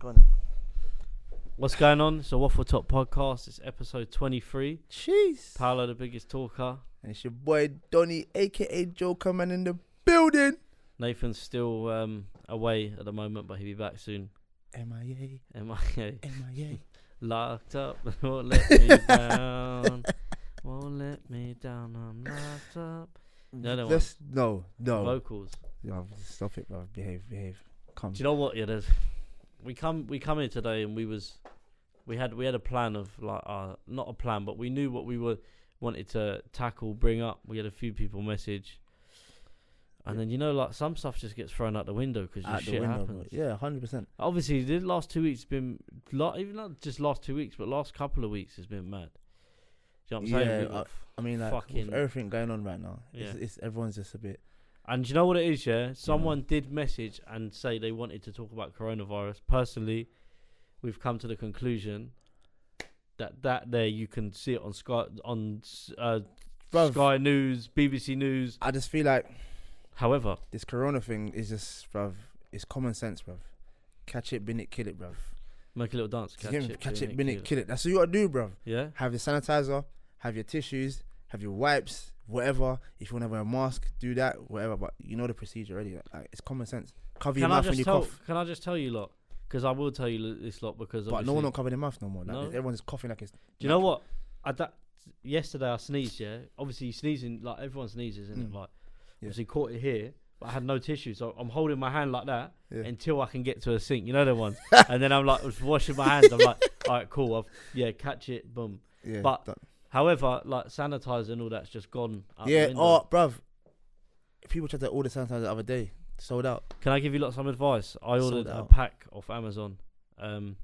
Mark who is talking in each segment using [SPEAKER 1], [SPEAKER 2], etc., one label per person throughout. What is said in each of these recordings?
[SPEAKER 1] Go on then.
[SPEAKER 2] What's going on? It's a Waffle Top podcast. It's episode 23.
[SPEAKER 1] Jeez.
[SPEAKER 2] Paolo, the biggest talker.
[SPEAKER 1] And it's your boy Donny, aka Joker Man, in the building.
[SPEAKER 2] Nathan's still um, away at the moment, but he'll be back soon.
[SPEAKER 1] MIA,
[SPEAKER 2] MIA.
[SPEAKER 1] MIA.
[SPEAKER 2] Locked up, won't let me down. Won't let me down. I'm locked up. No, no,
[SPEAKER 1] Let's, no, no.
[SPEAKER 2] Vocals.
[SPEAKER 1] Yo, stop it, bro. Behave, behave. Come.
[SPEAKER 2] Do you know what? Yeah, there's. We come we come here today and we was, we had we had a plan of like uh not a plan but we knew what we were wanted to tackle bring up. We had a few people message, and
[SPEAKER 1] Yeah.
[SPEAKER 2] then you know like some stuff just gets thrown out the window because
[SPEAKER 1] Out the
[SPEAKER 2] shit
[SPEAKER 1] window, bro.
[SPEAKER 2] happens.
[SPEAKER 1] Yeah, hundred percent.
[SPEAKER 2] Obviously, the last two weeks been lo- even not just last two weeks but last couple of weeks has been mad. Do you know what I'm
[SPEAKER 1] Yeah,
[SPEAKER 2] saying? We got f-
[SPEAKER 1] I mean, like with
[SPEAKER 2] Fucking-
[SPEAKER 1] everything going on right now, it's,
[SPEAKER 2] Yeah.
[SPEAKER 1] it's everyone's just a bit.
[SPEAKER 2] And do you know what it is, yeah?
[SPEAKER 1] Mm.
[SPEAKER 2] Someone did message and say they wanted to talk about coronavirus. Personally, we've come to the conclusion that that there you can see it on Sky on uh,
[SPEAKER 1] Bruv.
[SPEAKER 2] Sky News, BBC News.
[SPEAKER 1] I just feel like
[SPEAKER 2] However,
[SPEAKER 1] this Corona thing is just, bruv. It's common sense, bruv. Catch it, bin it, kill it, bruv.
[SPEAKER 2] make a little dance, catch
[SPEAKER 1] Catch,
[SPEAKER 2] it,
[SPEAKER 1] catch
[SPEAKER 2] bin
[SPEAKER 1] it, bin it, kill it. That's what you gotta do, bruv.
[SPEAKER 2] Yeah,
[SPEAKER 1] have your sanitizer, have your tissues, have your wipes, whatever. If you want to wear a mask, do that, whatever. But you know the procedure already. Like, like, it's common sense. Cover your
[SPEAKER 2] can I
[SPEAKER 1] mouth when
[SPEAKER 2] just
[SPEAKER 1] you
[SPEAKER 2] tell?
[SPEAKER 1] cough.
[SPEAKER 2] Can I just tell you lot? Because I will tell you this lot because
[SPEAKER 1] But no
[SPEAKER 2] obviously-
[SPEAKER 1] one will cover their mouth no more. Like,
[SPEAKER 2] No.
[SPEAKER 1] Everyone's coughing like it's.
[SPEAKER 2] Do you know what? I da- yesterday I sneezed. Yeah, obviously sneezing like everyone sneezes, isn't it?
[SPEAKER 1] Mm.
[SPEAKER 2] Like
[SPEAKER 1] Yeah.
[SPEAKER 2] obviously caught it here, but I had no tissue, so I'm holding my hand like that
[SPEAKER 1] Yeah.
[SPEAKER 2] until I can get to a sink. You know the ones, and then I'm like was washing my hands. I'm like, all right, cool. I've yeah, catch it, boom.
[SPEAKER 1] Yeah.
[SPEAKER 2] But-
[SPEAKER 1] that-
[SPEAKER 2] However, like sanitizer and all that's just gone. Out the
[SPEAKER 1] yeah.
[SPEAKER 2] window.
[SPEAKER 1] Oh, bruv. People tried to order sanitizer the other day, sold out.
[SPEAKER 2] Can I give you lot some advice? I
[SPEAKER 1] Sold
[SPEAKER 2] ordered a
[SPEAKER 1] out.
[SPEAKER 2] pack off Amazon. Um,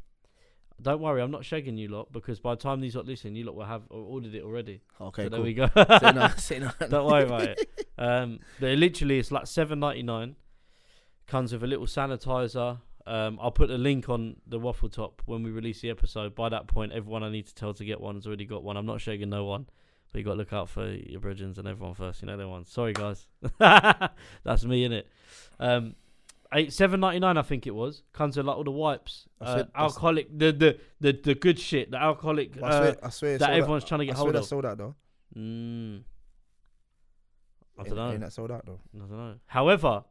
[SPEAKER 2] don't worry, I'm not shagging you lot because by the time these lot listen, you lot will have uh, ordered it already.
[SPEAKER 1] Okay,
[SPEAKER 2] so
[SPEAKER 1] cool.
[SPEAKER 2] there we go.
[SPEAKER 1] say no, say no.
[SPEAKER 2] Don't worry about it. Um, but it literally, it's like seven ninety nine. Comes with a little sanitizer. Um, I'll put a link on the waffle top when we release the episode. By that point, everyone I need to tell to get one has already got one. I'm not shaking no one, but you got to look out for your bridgins and everyone first. You know the ones. Sorry guys, that's me in it. Um, eight seven ninety nine, I think it was. Comes with like all the wipes,
[SPEAKER 1] I
[SPEAKER 2] uh,
[SPEAKER 1] said- I s-
[SPEAKER 2] alcoholic, the, the the the good shit, the alcoholic.
[SPEAKER 1] I
[SPEAKER 2] Uh,
[SPEAKER 1] swear, I swear,
[SPEAKER 2] that
[SPEAKER 1] it sold out.
[SPEAKER 2] everyone's trying to get
[SPEAKER 1] I swear
[SPEAKER 2] hold
[SPEAKER 1] that
[SPEAKER 2] of.
[SPEAKER 1] sold out though.
[SPEAKER 2] Mm. I
[SPEAKER 1] Ain't-
[SPEAKER 2] don't know.
[SPEAKER 1] Ain't that sold out though?
[SPEAKER 2] I don't know. However,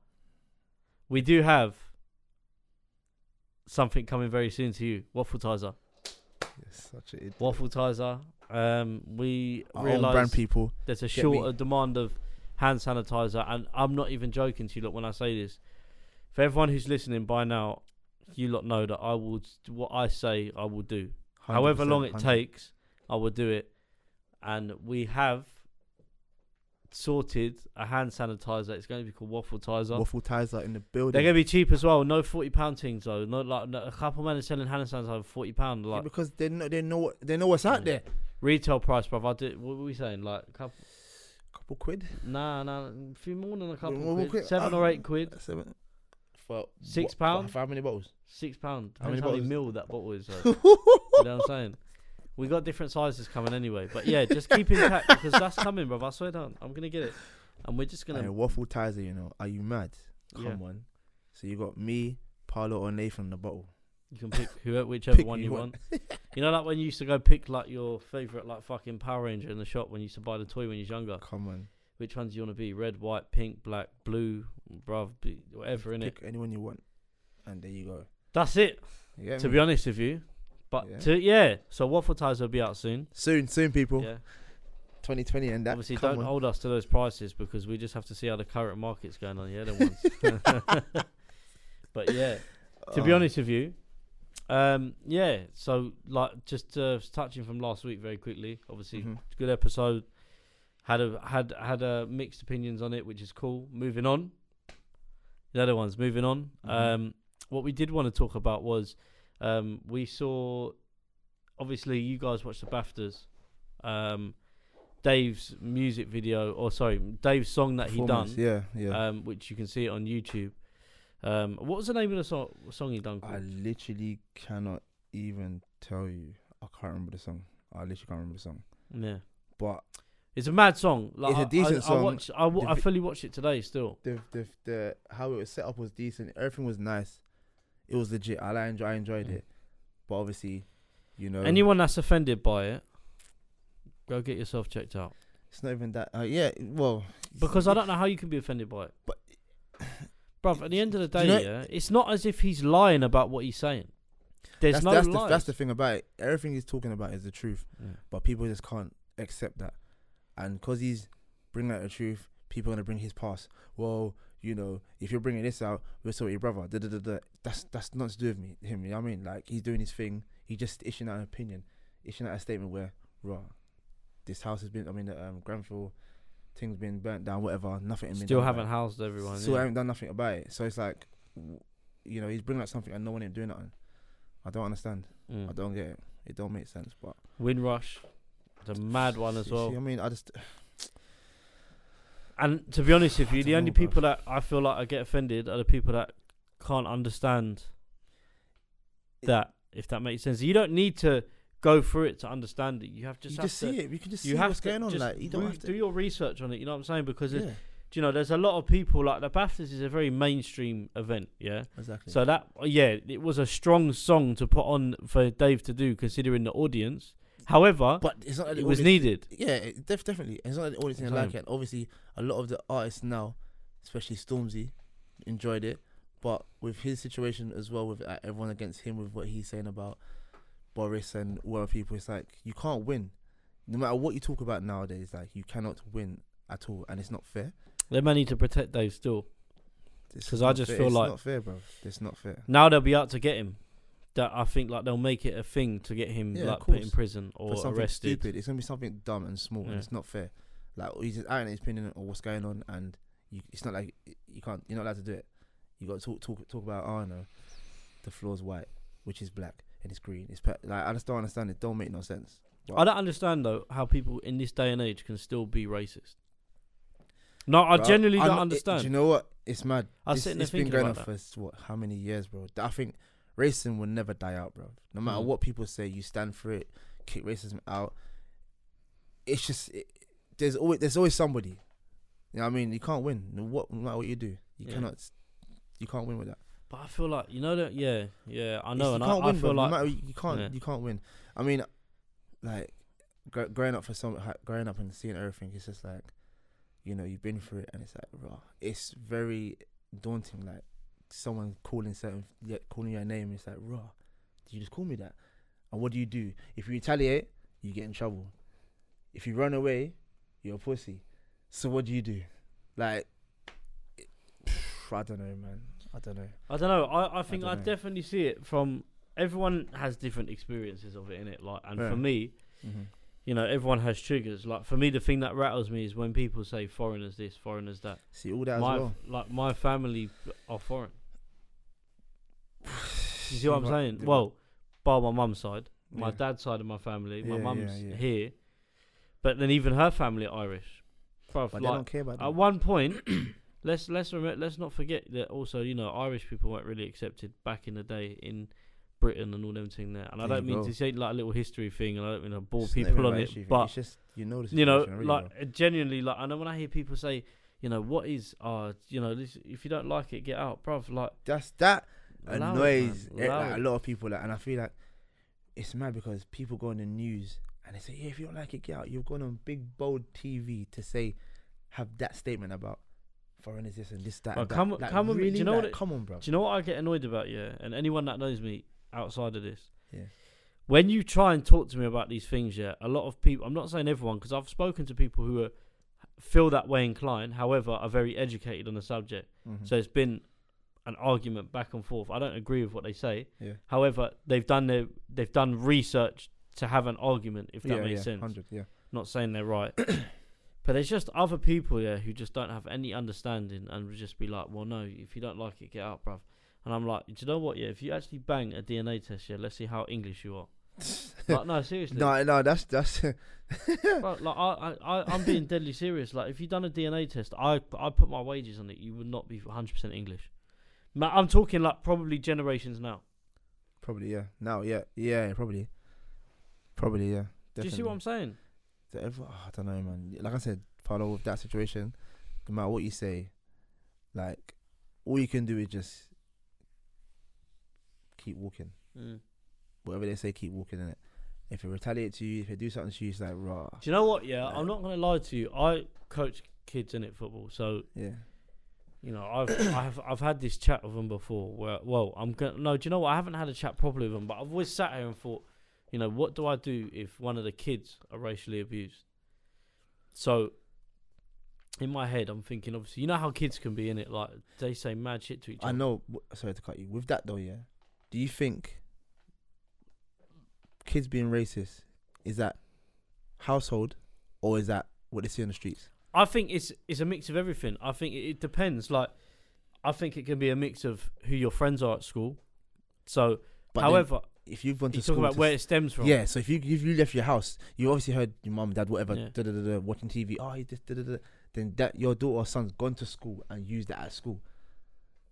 [SPEAKER 2] we do have something coming very soon to you. Waffle Tizer.
[SPEAKER 1] Yes, such a.
[SPEAKER 2] Waffle Tizer. Um, we
[SPEAKER 1] Our own brand
[SPEAKER 2] realise
[SPEAKER 1] people.
[SPEAKER 2] there's a
[SPEAKER 1] Get me.
[SPEAKER 2] shorter demand of hand sanitizer, and I'm not even joking to you. Look, when I say this, for everyone who's listening by now, you lot know that I will what I say I will do. However
[SPEAKER 1] 100%,
[SPEAKER 2] long it
[SPEAKER 1] 100%.
[SPEAKER 2] takes, I will do it. And we have sorted a hand sanitizer. It's going to be called Waffle Tizer.
[SPEAKER 1] Waffle ties are in the building.
[SPEAKER 2] uh, They're gonna be cheap as well. No forty pound things though. No, like no, a couple men are selling hand sanitizer for forty pound.
[SPEAKER 1] Yeah,
[SPEAKER 2] Like
[SPEAKER 1] because they know they know what they know what's out there.
[SPEAKER 2] retail price, bruv. I do. What were we saying? Like couple,
[SPEAKER 1] Couple quid.
[SPEAKER 2] nah, nah, a few more than a couple
[SPEAKER 1] Well, well,
[SPEAKER 2] quid.
[SPEAKER 1] quick,
[SPEAKER 2] Seven
[SPEAKER 1] uh,
[SPEAKER 2] or eight quid.
[SPEAKER 1] Seven. For
[SPEAKER 2] Six
[SPEAKER 1] what- for
[SPEAKER 2] pound?
[SPEAKER 1] How many bottles?
[SPEAKER 2] Six pound.
[SPEAKER 1] How many
[SPEAKER 2] Depends how many
[SPEAKER 1] bottles?
[SPEAKER 2] mil that bottle is. Though. you know what I'm saying? We got different sizes coming anyway. But yeah, just keep in touch because that's coming, bruv. I swear down, I'm gonna get it, and we're just
[SPEAKER 1] Hey,
[SPEAKER 2] gonna.
[SPEAKER 1] waffle ties, you know. Are you mad? Come
[SPEAKER 2] Yeah.
[SPEAKER 1] on. So you got me, Paolo, or Nathan on the bottle.
[SPEAKER 2] You can pick whoever, whichever
[SPEAKER 1] Pick
[SPEAKER 2] one
[SPEAKER 1] who
[SPEAKER 2] you
[SPEAKER 1] you
[SPEAKER 2] want. you know, like when you used to go pick like your favorite like fucking Power Ranger in the shop when you used to buy the toy when you was younger.
[SPEAKER 1] Come on.
[SPEAKER 2] Which ones do you want to be? Red, white, pink, black, blue, bruv, be- whatever, innit?
[SPEAKER 1] Pick anyone you want, and there you go.
[SPEAKER 2] That's it,
[SPEAKER 1] You get
[SPEAKER 2] to
[SPEAKER 1] me?
[SPEAKER 2] be honest with you. But
[SPEAKER 1] Um, Yeah.
[SPEAKER 2] to yeah, so Waffle Ties will be out soon.
[SPEAKER 1] soon, soon, people.
[SPEAKER 2] Yeah.
[SPEAKER 1] 2020 and that.
[SPEAKER 2] Obviously,
[SPEAKER 1] come
[SPEAKER 2] don't
[SPEAKER 1] on.
[SPEAKER 2] hold us to those prices because we just have to see how the current market's going on. Yeah, the ones. but yeah, to be
[SPEAKER 1] Oh,
[SPEAKER 2] honest with you, um, yeah. So like, just uh, touching from last week very quickly. Obviously,
[SPEAKER 1] mhm.
[SPEAKER 2] good episode. Had a had had a mixed opinions on it, which is cool. Moving on. The other ones moving on.
[SPEAKER 1] Mhm.
[SPEAKER 2] Um, what we did want to talk about was um, we saw. Obviously, you guys watched the Baftas. Um, Dave's music video, or sorry, Dave's song that he
[SPEAKER 1] Performance,
[SPEAKER 2] done,
[SPEAKER 1] Yeah, yeah.
[SPEAKER 2] um, which you can see it on YouTube. Um, what was the name of the song? Song he done?
[SPEAKER 1] I
[SPEAKER 2] Called?
[SPEAKER 1] literally cannot even tell you. I can't remember the song. I literally can't remember the song.
[SPEAKER 2] yeah,
[SPEAKER 1] But
[SPEAKER 2] it's a mad song. Like,
[SPEAKER 1] It's a
[SPEAKER 2] I- I-
[SPEAKER 1] decent
[SPEAKER 2] I,
[SPEAKER 1] song.
[SPEAKER 2] watched, I, wa-
[SPEAKER 1] The
[SPEAKER 2] I
[SPEAKER 1] vi-
[SPEAKER 2] fully watched it today. Still,
[SPEAKER 1] the the the how it was set up was decent. Everything was nice. It was legit. I like, enjoy, I enjoyed it, but obviously, you know,
[SPEAKER 2] Mm. Anyone that's offended by it, go get yourself checked out.
[SPEAKER 1] it's not even that. Uh, yeah, well,
[SPEAKER 2] Because I don't know how you can be offended by it.
[SPEAKER 1] But-
[SPEAKER 2] Bruv, at the end of the
[SPEAKER 1] Do you
[SPEAKER 2] day,
[SPEAKER 1] know-
[SPEAKER 2] yeah, it's not as if he's lying about what he's saying. There's
[SPEAKER 1] that's,
[SPEAKER 2] no
[SPEAKER 1] that's, the,
[SPEAKER 2] lies.
[SPEAKER 1] that's the thing about it. Everything he's talking about is the truth,
[SPEAKER 2] Yeah.
[SPEAKER 1] but people just can't accept that. And because he's bringing out the truth, people are gonna bring his past. Well, you know, if you're bringing this out, we're still your brother. Da, da, da, da. That's that's not to do with me. Him, you know what I mean? Like he's doing his thing. He just issuing out an opinion, issuing out a statement where, raw, this house has been. I mean, um, Grenfell, things been burnt down, whatever. Nothing. been
[SPEAKER 2] Still
[SPEAKER 1] done about it.
[SPEAKER 2] haven't housed everyone.
[SPEAKER 1] Still
[SPEAKER 2] yeah.
[SPEAKER 1] haven't done nothing about it. So it's like, w- you know, he's bringing out something and no one ain't doing nothing. I don't understand.
[SPEAKER 2] Mm.
[SPEAKER 1] I don't get it. It don't make sense. But
[SPEAKER 2] Windrush, the mad one as
[SPEAKER 1] You
[SPEAKER 2] well.
[SPEAKER 1] see, I mean, I just
[SPEAKER 2] And to be honest with
[SPEAKER 1] I
[SPEAKER 2] you, the
[SPEAKER 1] don't
[SPEAKER 2] only
[SPEAKER 1] know, bruv.
[SPEAKER 2] people that I feel like I get offended are the people that can't understand
[SPEAKER 1] It-
[SPEAKER 2] that. If that makes sense, you don't need to go through it to understand it. You have just
[SPEAKER 1] you
[SPEAKER 2] have
[SPEAKER 1] just
[SPEAKER 2] to,
[SPEAKER 1] see it. You can just
[SPEAKER 2] You
[SPEAKER 1] see
[SPEAKER 2] have
[SPEAKER 1] what's
[SPEAKER 2] to
[SPEAKER 1] going on.
[SPEAKER 2] just
[SPEAKER 1] Like you don't
[SPEAKER 2] re-
[SPEAKER 1] have to.
[SPEAKER 2] do your research on it. You know what I'm saying? Because it-
[SPEAKER 1] yeah,
[SPEAKER 2] do you know, there's a lot of people like the Baftas is a very mainstream event. Yeah.
[SPEAKER 1] exactly.
[SPEAKER 2] So that yeah, it was a strong song to put on for Dave to do, considering the audience. However,
[SPEAKER 1] but it's not. That the
[SPEAKER 2] it was
[SPEAKER 1] audience-
[SPEAKER 2] needed.
[SPEAKER 1] Yeah, it, def- definitely. It's not that the audience didn't like
[SPEAKER 2] Same.
[SPEAKER 1] it. Obviously, a lot of the artists now, especially Stormzy, enjoyed it. But with his situation as well, with uh, everyone against him, with what he's saying about Boris and all other people, it's like you can't win. No matter what you talk about nowadays, like you cannot win at all, and it's not fair.
[SPEAKER 2] They may need to protect Dave still.
[SPEAKER 1] It's
[SPEAKER 2] 'Cause
[SPEAKER 1] not
[SPEAKER 2] I just
[SPEAKER 1] fair.
[SPEAKER 2] feel
[SPEAKER 1] it's
[SPEAKER 2] like-
[SPEAKER 1] not fair, bro. It's not fair.
[SPEAKER 2] Now they'll be out to get him. That I think like they'll make it a thing to get him
[SPEAKER 1] Yeah, of
[SPEAKER 2] like put in
[SPEAKER 1] course.
[SPEAKER 2] prison
[SPEAKER 1] for
[SPEAKER 2] or
[SPEAKER 1] something
[SPEAKER 2] arrested.
[SPEAKER 1] stupid. It's gonna be something dumb and small,
[SPEAKER 2] Yeah.
[SPEAKER 1] and it's not fair. Like he's just out in his opinion on what's going on, and you, it's not like you can't. You're not allowed to do it. You got to talk, talk, talk about. Oh no, the floor's white, which is black, and it's green. It's pe- like I just don't understand it. Don't make no sense.
[SPEAKER 2] I don't understand though how people in this day and age can still be racist. No, I
[SPEAKER 1] But
[SPEAKER 2] genuinely
[SPEAKER 1] I'm
[SPEAKER 2] don't
[SPEAKER 1] not- it- do
[SPEAKER 2] understand.
[SPEAKER 1] you know what? It's mad.
[SPEAKER 2] I was
[SPEAKER 1] It's-
[SPEAKER 2] sitting there
[SPEAKER 1] it's been
[SPEAKER 2] thinking
[SPEAKER 1] going on
[SPEAKER 2] about
[SPEAKER 1] for s- what? How many years, bro? I think racism will never die out, bro. No matter
[SPEAKER 2] Mhm.
[SPEAKER 1] what people say, you stand for it. Kick racism out. It's just it, there's always there's always somebody. You know what I mean? You can't win. No, what no matter what you do, you
[SPEAKER 2] Yeah.
[SPEAKER 1] cannot. You can't win with that.
[SPEAKER 2] But I feel like you know that yeah, yeah, I
[SPEAKER 1] It's-
[SPEAKER 2] know, and
[SPEAKER 1] you
[SPEAKER 2] I,
[SPEAKER 1] can't
[SPEAKER 2] I
[SPEAKER 1] win, bro.
[SPEAKER 2] feel like
[SPEAKER 1] no matter, you can't
[SPEAKER 2] Yeah.
[SPEAKER 1] you can't win. I mean, like gr- growing up for some ha- growing up and seeing everything, it's just like you know you've been through it, and it's like raw. It's very daunting. Like someone calling certain yeah, calling your name, it's like raw. You just call me that, and what do you do if you retaliate? You get in trouble. If you run away, you're a pussy. So what do you do? Like, it- I don't know, man. I don't know.
[SPEAKER 2] I don't know. I, I think I,
[SPEAKER 1] don't know.
[SPEAKER 2] definitely see it from everyone has different experiences of it in it. Like, and
[SPEAKER 1] Yeah.
[SPEAKER 2] for me, you know, everyone has triggers. Like for me, the thing that rattles me is when people say foreigners this, foreigners that.
[SPEAKER 1] See all that
[SPEAKER 2] my
[SPEAKER 1] as well.
[SPEAKER 2] like my family are foreign. You see what I'm
[SPEAKER 1] Right,
[SPEAKER 2] saying?
[SPEAKER 1] yeah.
[SPEAKER 2] Well, bar my mum's side, my
[SPEAKER 1] Yeah.
[SPEAKER 2] dad's side of my family, my
[SPEAKER 1] Yeah, yeah,
[SPEAKER 2] mum's
[SPEAKER 1] yeah.
[SPEAKER 2] here, but then even her family are Irish. Bruv,
[SPEAKER 1] But they
[SPEAKER 2] like,
[SPEAKER 1] don't care about that.
[SPEAKER 2] at one point, let's let's rem- let's not forget that also you know Irish people weren't really accepted back in the day in Britain and all them thing there. And I
[SPEAKER 1] There
[SPEAKER 2] don't
[SPEAKER 1] you
[SPEAKER 2] mean
[SPEAKER 1] go.
[SPEAKER 2] to say like a little history thing, and I don't mean to bore
[SPEAKER 1] It's not even
[SPEAKER 2] people on
[SPEAKER 1] about
[SPEAKER 2] it,
[SPEAKER 1] issue thing,
[SPEAKER 2] but
[SPEAKER 1] it's just you know, the
[SPEAKER 2] you know,
[SPEAKER 1] situation already,
[SPEAKER 2] like uh, genuinely, like I know when I hear people say, you know, what is, uh, you know, this, if you don't like it, get out, bruv. Like
[SPEAKER 1] though. that's that
[SPEAKER 2] allow it,
[SPEAKER 1] annoys
[SPEAKER 2] man,
[SPEAKER 1] eh,
[SPEAKER 2] allow
[SPEAKER 1] like, a
[SPEAKER 2] it.
[SPEAKER 1] lot of people, like, and I feel like it's mad because people go on the news and they say, "Yeah, if you don't like it, get out." You've gone on big bold TV to say, have that statement about foreigners this and this that.
[SPEAKER 2] Bro,
[SPEAKER 1] and that.
[SPEAKER 2] come on-
[SPEAKER 1] Like,
[SPEAKER 2] come on, do you
[SPEAKER 1] really?
[SPEAKER 2] know
[SPEAKER 1] Like,
[SPEAKER 2] what it-
[SPEAKER 1] come on, bro.
[SPEAKER 2] Do you know what I get annoyed about? Yeah, and anyone that knows me outside of this,
[SPEAKER 1] Yeah.
[SPEAKER 2] when you try and talk to me about these things, yeah, a lot of people. I'm not saying everyone because I've spoken to people who are feel that way inclined. However, are very educated on the subject,
[SPEAKER 1] Mhm.
[SPEAKER 2] so it's been an argument back and forth. I don't agree with what they say.
[SPEAKER 1] yeah,
[SPEAKER 2] However, they've done their they've done research to have an argument. If that
[SPEAKER 1] yeah,
[SPEAKER 2] makes
[SPEAKER 1] yeah,
[SPEAKER 2] sense.
[SPEAKER 1] Hundred, yeah.
[SPEAKER 2] Not saying they're right. But there's just other people yeah who just don't have any understanding and would just be like, well, no, if you don't like it, get out, bruv. And I'm like, do you know what? Yeah, if you actually bang a DNA test, yeah, let's see how English you are. like, no, seriously.
[SPEAKER 1] No, no, that's that's
[SPEAKER 2] Bro, like, I, I, I, I'm being deadly serious. Like, if you done a DNA test, I, I put my wages on it. You would not be 100% English. Ma- I'm talking like probably generations now.
[SPEAKER 1] probably yeah. No, yeah, yeah, probably, probably yeah.
[SPEAKER 2] Do you see
[SPEAKER 1] definitely.
[SPEAKER 2] what I'm saying?
[SPEAKER 1] So every- ah, I don't know, man. Like I said, follow with that situation, no matter what you say, like all you can do is just keep walking.
[SPEAKER 2] Mm.
[SPEAKER 1] Whatever they say, keep walking in it. If they retaliate to you, if they do something to you, it's like raw.
[SPEAKER 2] Do you know what? Yeah,
[SPEAKER 1] Yeah.
[SPEAKER 2] I'm not gonna lie to you. I coach kids in it football, so
[SPEAKER 1] Yeah,
[SPEAKER 2] you know I've I've I've had this chat with them before. Where well, I'm gonna no. Do you know what? I haven't had a chat properly with them, but I've always sat here and thought, you know, what do I do if one of the kids are racially abused? So. In my head, I'm thinking. Obviously, you know how kids can be in it. Like they say mad shit to each other.
[SPEAKER 1] I know. w- Sorry to cut you. With that though, yeah. Do you think kids being racist is that household or is that what they see on the streets?
[SPEAKER 2] I think it's it's a mix of everything. I think it, it depends. Like, I think it can be a mix of who your friends are at school. So,
[SPEAKER 1] But then
[SPEAKER 2] however,
[SPEAKER 1] if you've gone to
[SPEAKER 2] you
[SPEAKER 1] school,
[SPEAKER 2] talk about
[SPEAKER 1] to
[SPEAKER 2] where
[SPEAKER 1] s-
[SPEAKER 2] it stems from.
[SPEAKER 1] yeah. So if you if you left your house, you obviously heard your mum, dad, whatever,
[SPEAKER 2] Yeah.
[SPEAKER 1] da, da, da, da, watching TV. Oh, he just da, da, da. Then that your daughter or son's gone to school and used that at school.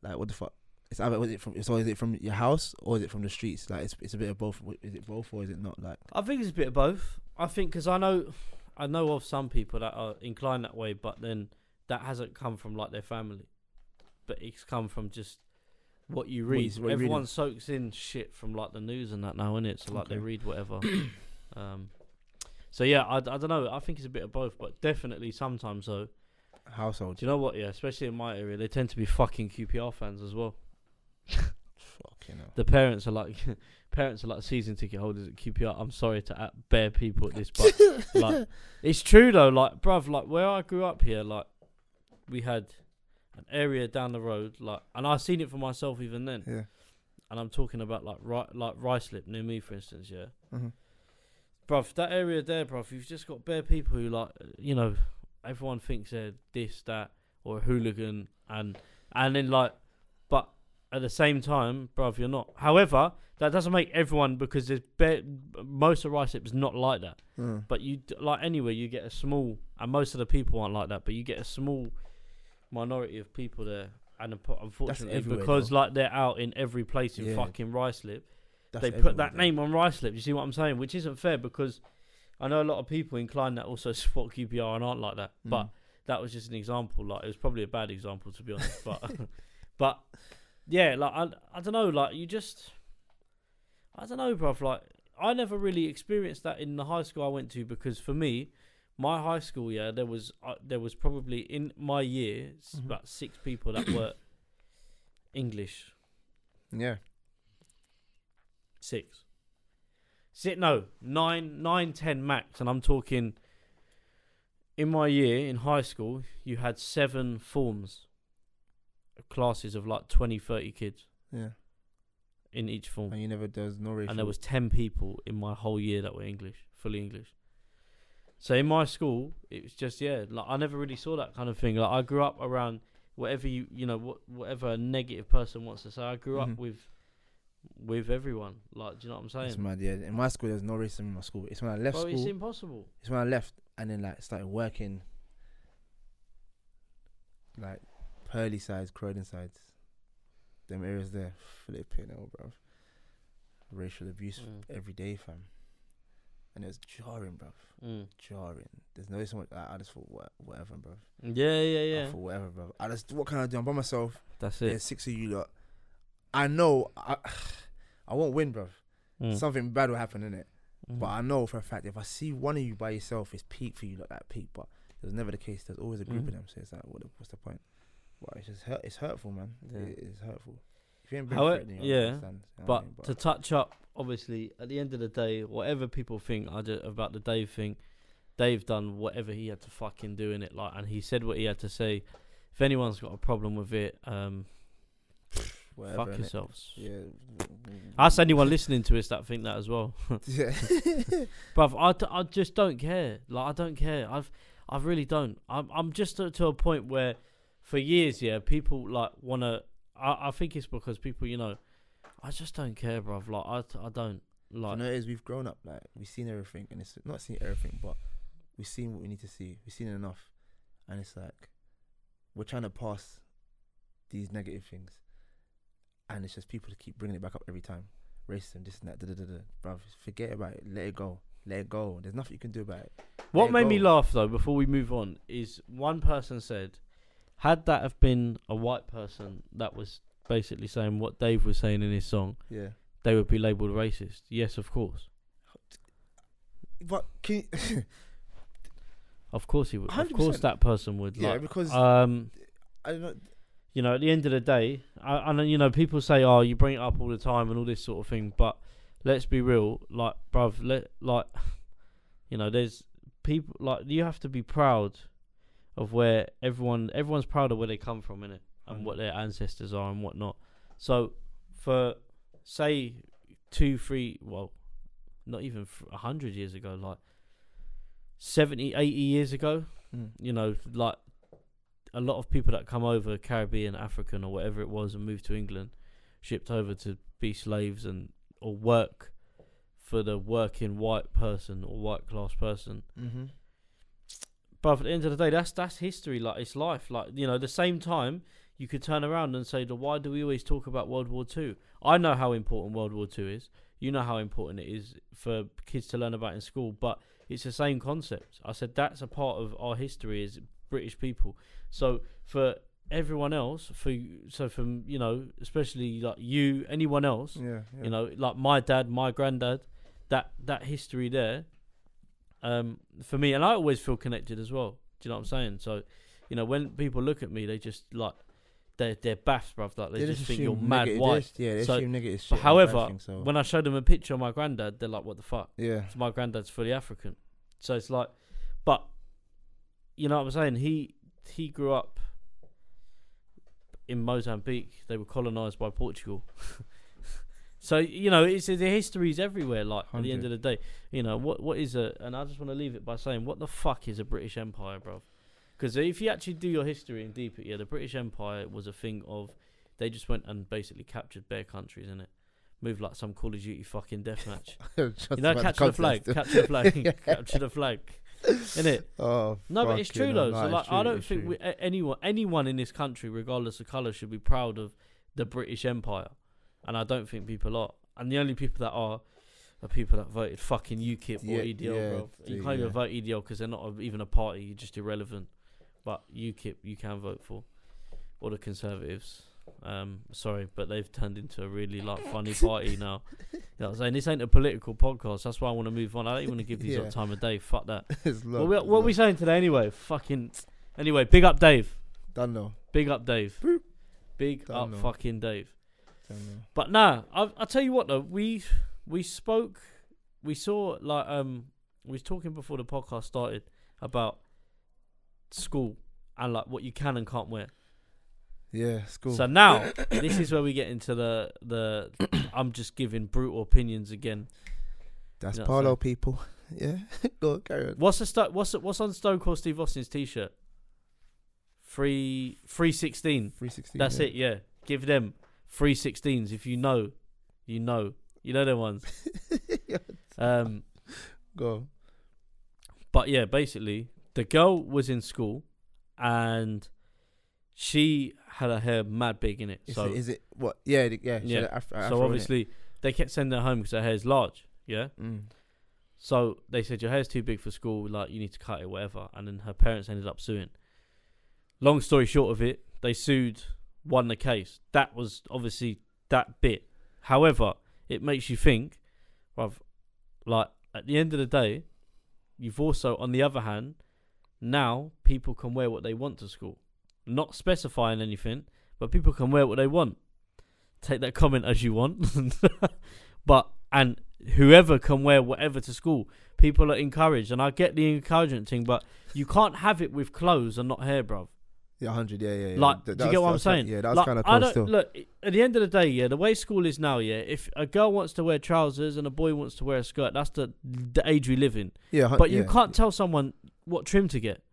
[SPEAKER 1] Like what the fuck? It's either was it from so is it from your house or is it from the streets? Like it's it's a bit of both. Is it both or is it not? Like
[SPEAKER 2] I think it's a bit of both. I think because I know, I know of some people that are inclined that way, but then that hasn't come from like their family, but it's come from just what you
[SPEAKER 1] What you-
[SPEAKER 2] read.
[SPEAKER 1] what you read.
[SPEAKER 2] Everyone soaks in shit from like the news and that now, innit? So like they
[SPEAKER 1] Okay.
[SPEAKER 2] read whatever. um, so yeah, I, I don't know. I think it's a bit of both, but definitely sometimes though.
[SPEAKER 1] household.
[SPEAKER 2] Do you know what? Yeah, especially in my area, they tend to be fucking QPR fans as well.
[SPEAKER 1] Fucking hell.
[SPEAKER 2] The parents are like, parents are like season ticket holders at QPR. I'm sorry to at bare people at this, but like, it's true though. Like, bruv, like where I grew up here, like we had an area down the road, like, and I seen it for myself even then.
[SPEAKER 1] Yeah.
[SPEAKER 2] And I'm talking about like right, like Ricelip near me, for instance. Yeah,
[SPEAKER 1] Mhm.
[SPEAKER 2] bruv, that area there, bruv, you've just got bare people who like, you know, everyone thinks they're this, that, or a hooligan, and and then like, but at the same time, bruv, you're not. However, that doesn't make everyone because there's bare, most of Ricelip's not like that.
[SPEAKER 1] Mm.
[SPEAKER 2] But you d- like anywhere you get a small, and most of the people aren't like that. But you get a small minority of people there, and unpo- unfortunately,
[SPEAKER 1] everywhere,
[SPEAKER 2] because
[SPEAKER 1] though.
[SPEAKER 2] like they're out in every place in
[SPEAKER 1] Yeah.
[SPEAKER 2] fucking Ricelip,
[SPEAKER 1] That's
[SPEAKER 2] they
[SPEAKER 1] everywhere,
[SPEAKER 2] put that
[SPEAKER 1] though.
[SPEAKER 2] name on Ricelip. You see what I'm saying? Which isn't fair because I know a lot of people inclined that also support QPR and aren't like that. But
[SPEAKER 1] Mm.
[SPEAKER 2] that was just an example. Like it was probably a bad example to be honest. But but yeah, like I I don't know. Like you just I don't know, bruv. Like I never really experienced that in the high school I went to because for me. My high school year, there was uh, there was probably in my year s-
[SPEAKER 1] Mhm.
[SPEAKER 2] about six people that were English,
[SPEAKER 1] Mm. Yeah.
[SPEAKER 2] Six. Sit no nine nine ten max, and I'm talking. In my year in high school, you had seven forms. Classes of like 20, 30 kids
[SPEAKER 1] Yeah.
[SPEAKER 2] in each form,
[SPEAKER 1] And you never there was no racial.
[SPEAKER 2] and there was ten people in my whole year that were English, fully English. So in my school, it was just yeah, like I never really saw that kind of thing. Like I grew up around whatever you you know what whatever a negative person wants to say. I grew
[SPEAKER 1] Mhm.
[SPEAKER 2] up with with everyone. Like, do you know what I'm saying?
[SPEAKER 1] It's mad, yeah. In my school, there was no racism in my school. It's when I left
[SPEAKER 2] Bro,
[SPEAKER 1] school.
[SPEAKER 2] it's impossible.
[SPEAKER 1] It's when I left and then like started working like Pearly sides, Croydon sides. Them areas there, flipping hell, bruv. Racial abuse
[SPEAKER 2] Mm.
[SPEAKER 1] every day, fam. And it was jarring, bruv.
[SPEAKER 2] Mm.
[SPEAKER 1] Jarring. There's no so much. I I just thought, wha- whatever, bruv.
[SPEAKER 2] Yeah, yeah, yeah.
[SPEAKER 1] I thought, whatever, bruv. I just, what can I do? I'm by myself.
[SPEAKER 2] That's
[SPEAKER 1] There's six of you lot. I know I, I won't win, bruv.
[SPEAKER 2] Mm.
[SPEAKER 1] Something bad will happen, innit? But I know for a fact if I see one of you by yourself, it's peak for you like that peak. But it was never the case. There's always a group
[SPEAKER 2] Mhm.
[SPEAKER 1] of them, so it's like, what the, what's the point? But it's just hurt. It's hurtful, man.
[SPEAKER 2] Yeah.
[SPEAKER 1] It is hurtful. If you ain't been
[SPEAKER 2] Howe-
[SPEAKER 1] through it, then you
[SPEAKER 2] yeah,
[SPEAKER 1] yeah. Understand, you know what I mean?
[SPEAKER 2] but to touch up, obviously, at the end of the day, whatever people think I ju- about the Dave thing, Dave done whatever he had to fucking do in it, like, and he said what he had to say. If anyone's got a problem with it, um,
[SPEAKER 1] whatever,
[SPEAKER 2] fuck
[SPEAKER 1] innit?
[SPEAKER 2] yourselves.
[SPEAKER 1] Yeah.
[SPEAKER 2] That's anyone listening to us that think that as well,
[SPEAKER 1] yeah.
[SPEAKER 2] bruv. I, d- I just don't care. Like I don't care. I've I really don't. I'm I'm just to, to a point where, for years, yeah, people like wanna. I, I think it's because people, you know, I just don't care, bruv. Like I t- I don't
[SPEAKER 1] you
[SPEAKER 2] like.
[SPEAKER 1] know, it is we've grown up. Like we've seen everything, and it's not seen everything, but we've seen what we need to see. We've seen enough, and it's like we're trying to pass these negative things, and it's just people to keep bringing it back up every time. Racism, this and that, da da da da. Bruv, forget about it. Let it go. Let it go. There's nothing you can do about it.
[SPEAKER 2] What
[SPEAKER 1] Let it
[SPEAKER 2] made me
[SPEAKER 1] go.
[SPEAKER 2] laugh though, before we move on, is one person said, "Had that have been a white person that was basically saying what Dave was saying in his song,
[SPEAKER 1] Yeah.
[SPEAKER 2] they would be labelled racist. Yes, of course.
[SPEAKER 1] But can you,
[SPEAKER 2] Of course he would. Of
[SPEAKER 1] 100%.
[SPEAKER 2] course that person would.
[SPEAKER 1] yeah,
[SPEAKER 2] Like,
[SPEAKER 1] because
[SPEAKER 2] um,
[SPEAKER 1] I don't know.
[SPEAKER 2] you know, at the end of the day, I, and you know, people say, "Oh, you bring it up all the time and all this sort of thing," but let's be real, like, bruv, let like, you know, there's people like you have to be proud of where everyone everyone's proud of where they come from, innit, and what their ancestors are and whatnot. So, for say two, three, well, not even f- a hundred years ago, like 70, 80 years ago,
[SPEAKER 1] Mm.
[SPEAKER 2] you know, like a lot of people that come over Caribbean, African, or whatever it was, and moved to England, shipped over to be slaves and or work for the working white person or white class person.
[SPEAKER 1] Mm-hmm.
[SPEAKER 2] But at the end of the day, that's that's history. Like it's life. Like you know, the same time you could turn around and say, "Then "Why do we always talk about World War Two? I know how important World War Two is. You know how important it is for kids to learn about in school. But it's the same concept. I said that's a part of our history as British people. So for everyone else, for so from you know, especially like you, anyone else,
[SPEAKER 1] Yeah, yeah.
[SPEAKER 2] you know like my dad my granddad that that history there um for me and i always feel connected as well do you know what i'm saying so you know when people look at me they just like they're they're baffed bruv like they,
[SPEAKER 1] They
[SPEAKER 2] just, think
[SPEAKER 1] assume
[SPEAKER 2] you're mad
[SPEAKER 1] negative- they
[SPEAKER 2] white
[SPEAKER 1] just- Yeah, they
[SPEAKER 2] So-
[SPEAKER 1] assume negative shit.
[SPEAKER 2] but
[SPEAKER 1] and
[SPEAKER 2] however
[SPEAKER 1] everything, so-
[SPEAKER 2] when i show them a picture of my granddad they're like what the fuck
[SPEAKER 1] yeah,
[SPEAKER 2] so my granddad's fully african so it's like but you know what i'm saying he he grew up in mozambique they were colonized by portugal so you know it's the history's everywhere like at the end of the day you know what what is a and i just want to leave it by saying what the fuck is a british empire bro because if you actually do your history in deep yeah the british empire was a thing of they just went and basically captured bare countries in it moved like some call of duty fucking deathmatch
[SPEAKER 1] Just
[SPEAKER 2] you know,
[SPEAKER 1] about to
[SPEAKER 2] catch the,
[SPEAKER 1] come to
[SPEAKER 2] flag,
[SPEAKER 1] that.
[SPEAKER 2] catch the flag, capture the flag, in it.
[SPEAKER 1] Oh,
[SPEAKER 2] No, but it's true
[SPEAKER 1] fucking hell,
[SPEAKER 2] though. So
[SPEAKER 1] no,
[SPEAKER 2] like,
[SPEAKER 1] it's
[SPEAKER 2] I
[SPEAKER 1] true,
[SPEAKER 2] don't
[SPEAKER 1] it's
[SPEAKER 2] think
[SPEAKER 1] true.
[SPEAKER 2] we, a- anyone, anyone in this country, regardless of color, should be proud of the British Empire, and I don't think people are. And the only people that are are people that voted fucking UKIP
[SPEAKER 1] Yeah,
[SPEAKER 2] or EDL,
[SPEAKER 1] yeah,
[SPEAKER 2] bro. You
[SPEAKER 1] the-
[SPEAKER 2] can't
[SPEAKER 1] yeah.
[SPEAKER 2] even vote E EDL because they're not a- even a party. You're just irrelevant. But UKIP, you can vote for, or the Conservatives. Um, sorry, but they've turned into a really like funny party now. You know what I'm saying? This ain't a political podcast. That's why I want to move on. I don't even want to give these
[SPEAKER 1] Yeah.
[SPEAKER 2] lot time of day. Fuck that.
[SPEAKER 1] It's
[SPEAKER 2] What
[SPEAKER 1] love,
[SPEAKER 2] we,
[SPEAKER 1] it's
[SPEAKER 2] what
[SPEAKER 1] love.
[SPEAKER 2] we saying today anyway? Fucking. Anyway, big up Dave.
[SPEAKER 1] Don't know.
[SPEAKER 2] Big up Dave. Big
[SPEAKER 1] Don't
[SPEAKER 2] up
[SPEAKER 1] know.
[SPEAKER 2] fucking Dave.
[SPEAKER 1] Don't know.
[SPEAKER 2] But nah, I I tell you what though, we we spoke, we saw like um we was talking before the podcast started about school and like what you can and can't wear.
[SPEAKER 1] Yeah, school.
[SPEAKER 2] So now this is where we get into the the I'm just giving brutal opinions again.
[SPEAKER 1] That's
[SPEAKER 2] Yeah,
[SPEAKER 1] Palo
[SPEAKER 2] so-
[SPEAKER 1] people. Yeah, go on, carry on.
[SPEAKER 2] What's the sto- what's what's on Stone Cold Steve Austin's t-shirt? Free three sixteen.
[SPEAKER 1] Three sixteen.
[SPEAKER 2] That's it, yeah. Give them three sixteens if you know, you know, you know them ones. Um,
[SPEAKER 1] Go. on.
[SPEAKER 2] but yeah, basically, the girl was in school, and she had her hair mad big in it.
[SPEAKER 1] Is,
[SPEAKER 2] so
[SPEAKER 1] it, is it what? Yeah, the- yeah.
[SPEAKER 2] Yeah,
[SPEAKER 1] yeah. Afro, afro,
[SPEAKER 2] so
[SPEAKER 1] innit?
[SPEAKER 2] obviously they kept sending her home because her hair's large. Yeah.
[SPEAKER 1] Mm.
[SPEAKER 2] So they said your hair's too big for school. Like you need to cut it, whatever. And then her parents ended up suing. Long story short of it, they sued, won the case. That was obviously that bit. However, it makes you think, bruv, like at the end of the day, you've also, on the other hand, now people can wear what they want to school, not specifying anything, but people can wear what they want. Take that comment as you want, but and whoever can wear whatever to school, people are encouraged, and I get the encouragement thing, but you can't have it with clothes and not hair, bruv.
[SPEAKER 1] Yeah, hundred. Yeah, yeah, yeah.
[SPEAKER 2] Like, do
[SPEAKER 1] Th- that
[SPEAKER 2] you get what
[SPEAKER 1] was- that
[SPEAKER 2] I'm
[SPEAKER 1] was kin-
[SPEAKER 2] saying?
[SPEAKER 1] Yeah, that was
[SPEAKER 2] Like,
[SPEAKER 1] kind of
[SPEAKER 2] I
[SPEAKER 1] cool.
[SPEAKER 2] don't-
[SPEAKER 1] Still,
[SPEAKER 2] Look, at the end of the day, yeah, the way school is now, yeah, if a girl wants to wear trousers and a boy wants to wear a skirt, that's the, the age we live in.
[SPEAKER 1] yeah, hun-
[SPEAKER 2] But you
[SPEAKER 1] Uh, yeah.
[SPEAKER 2] can't tell someone what trim to get.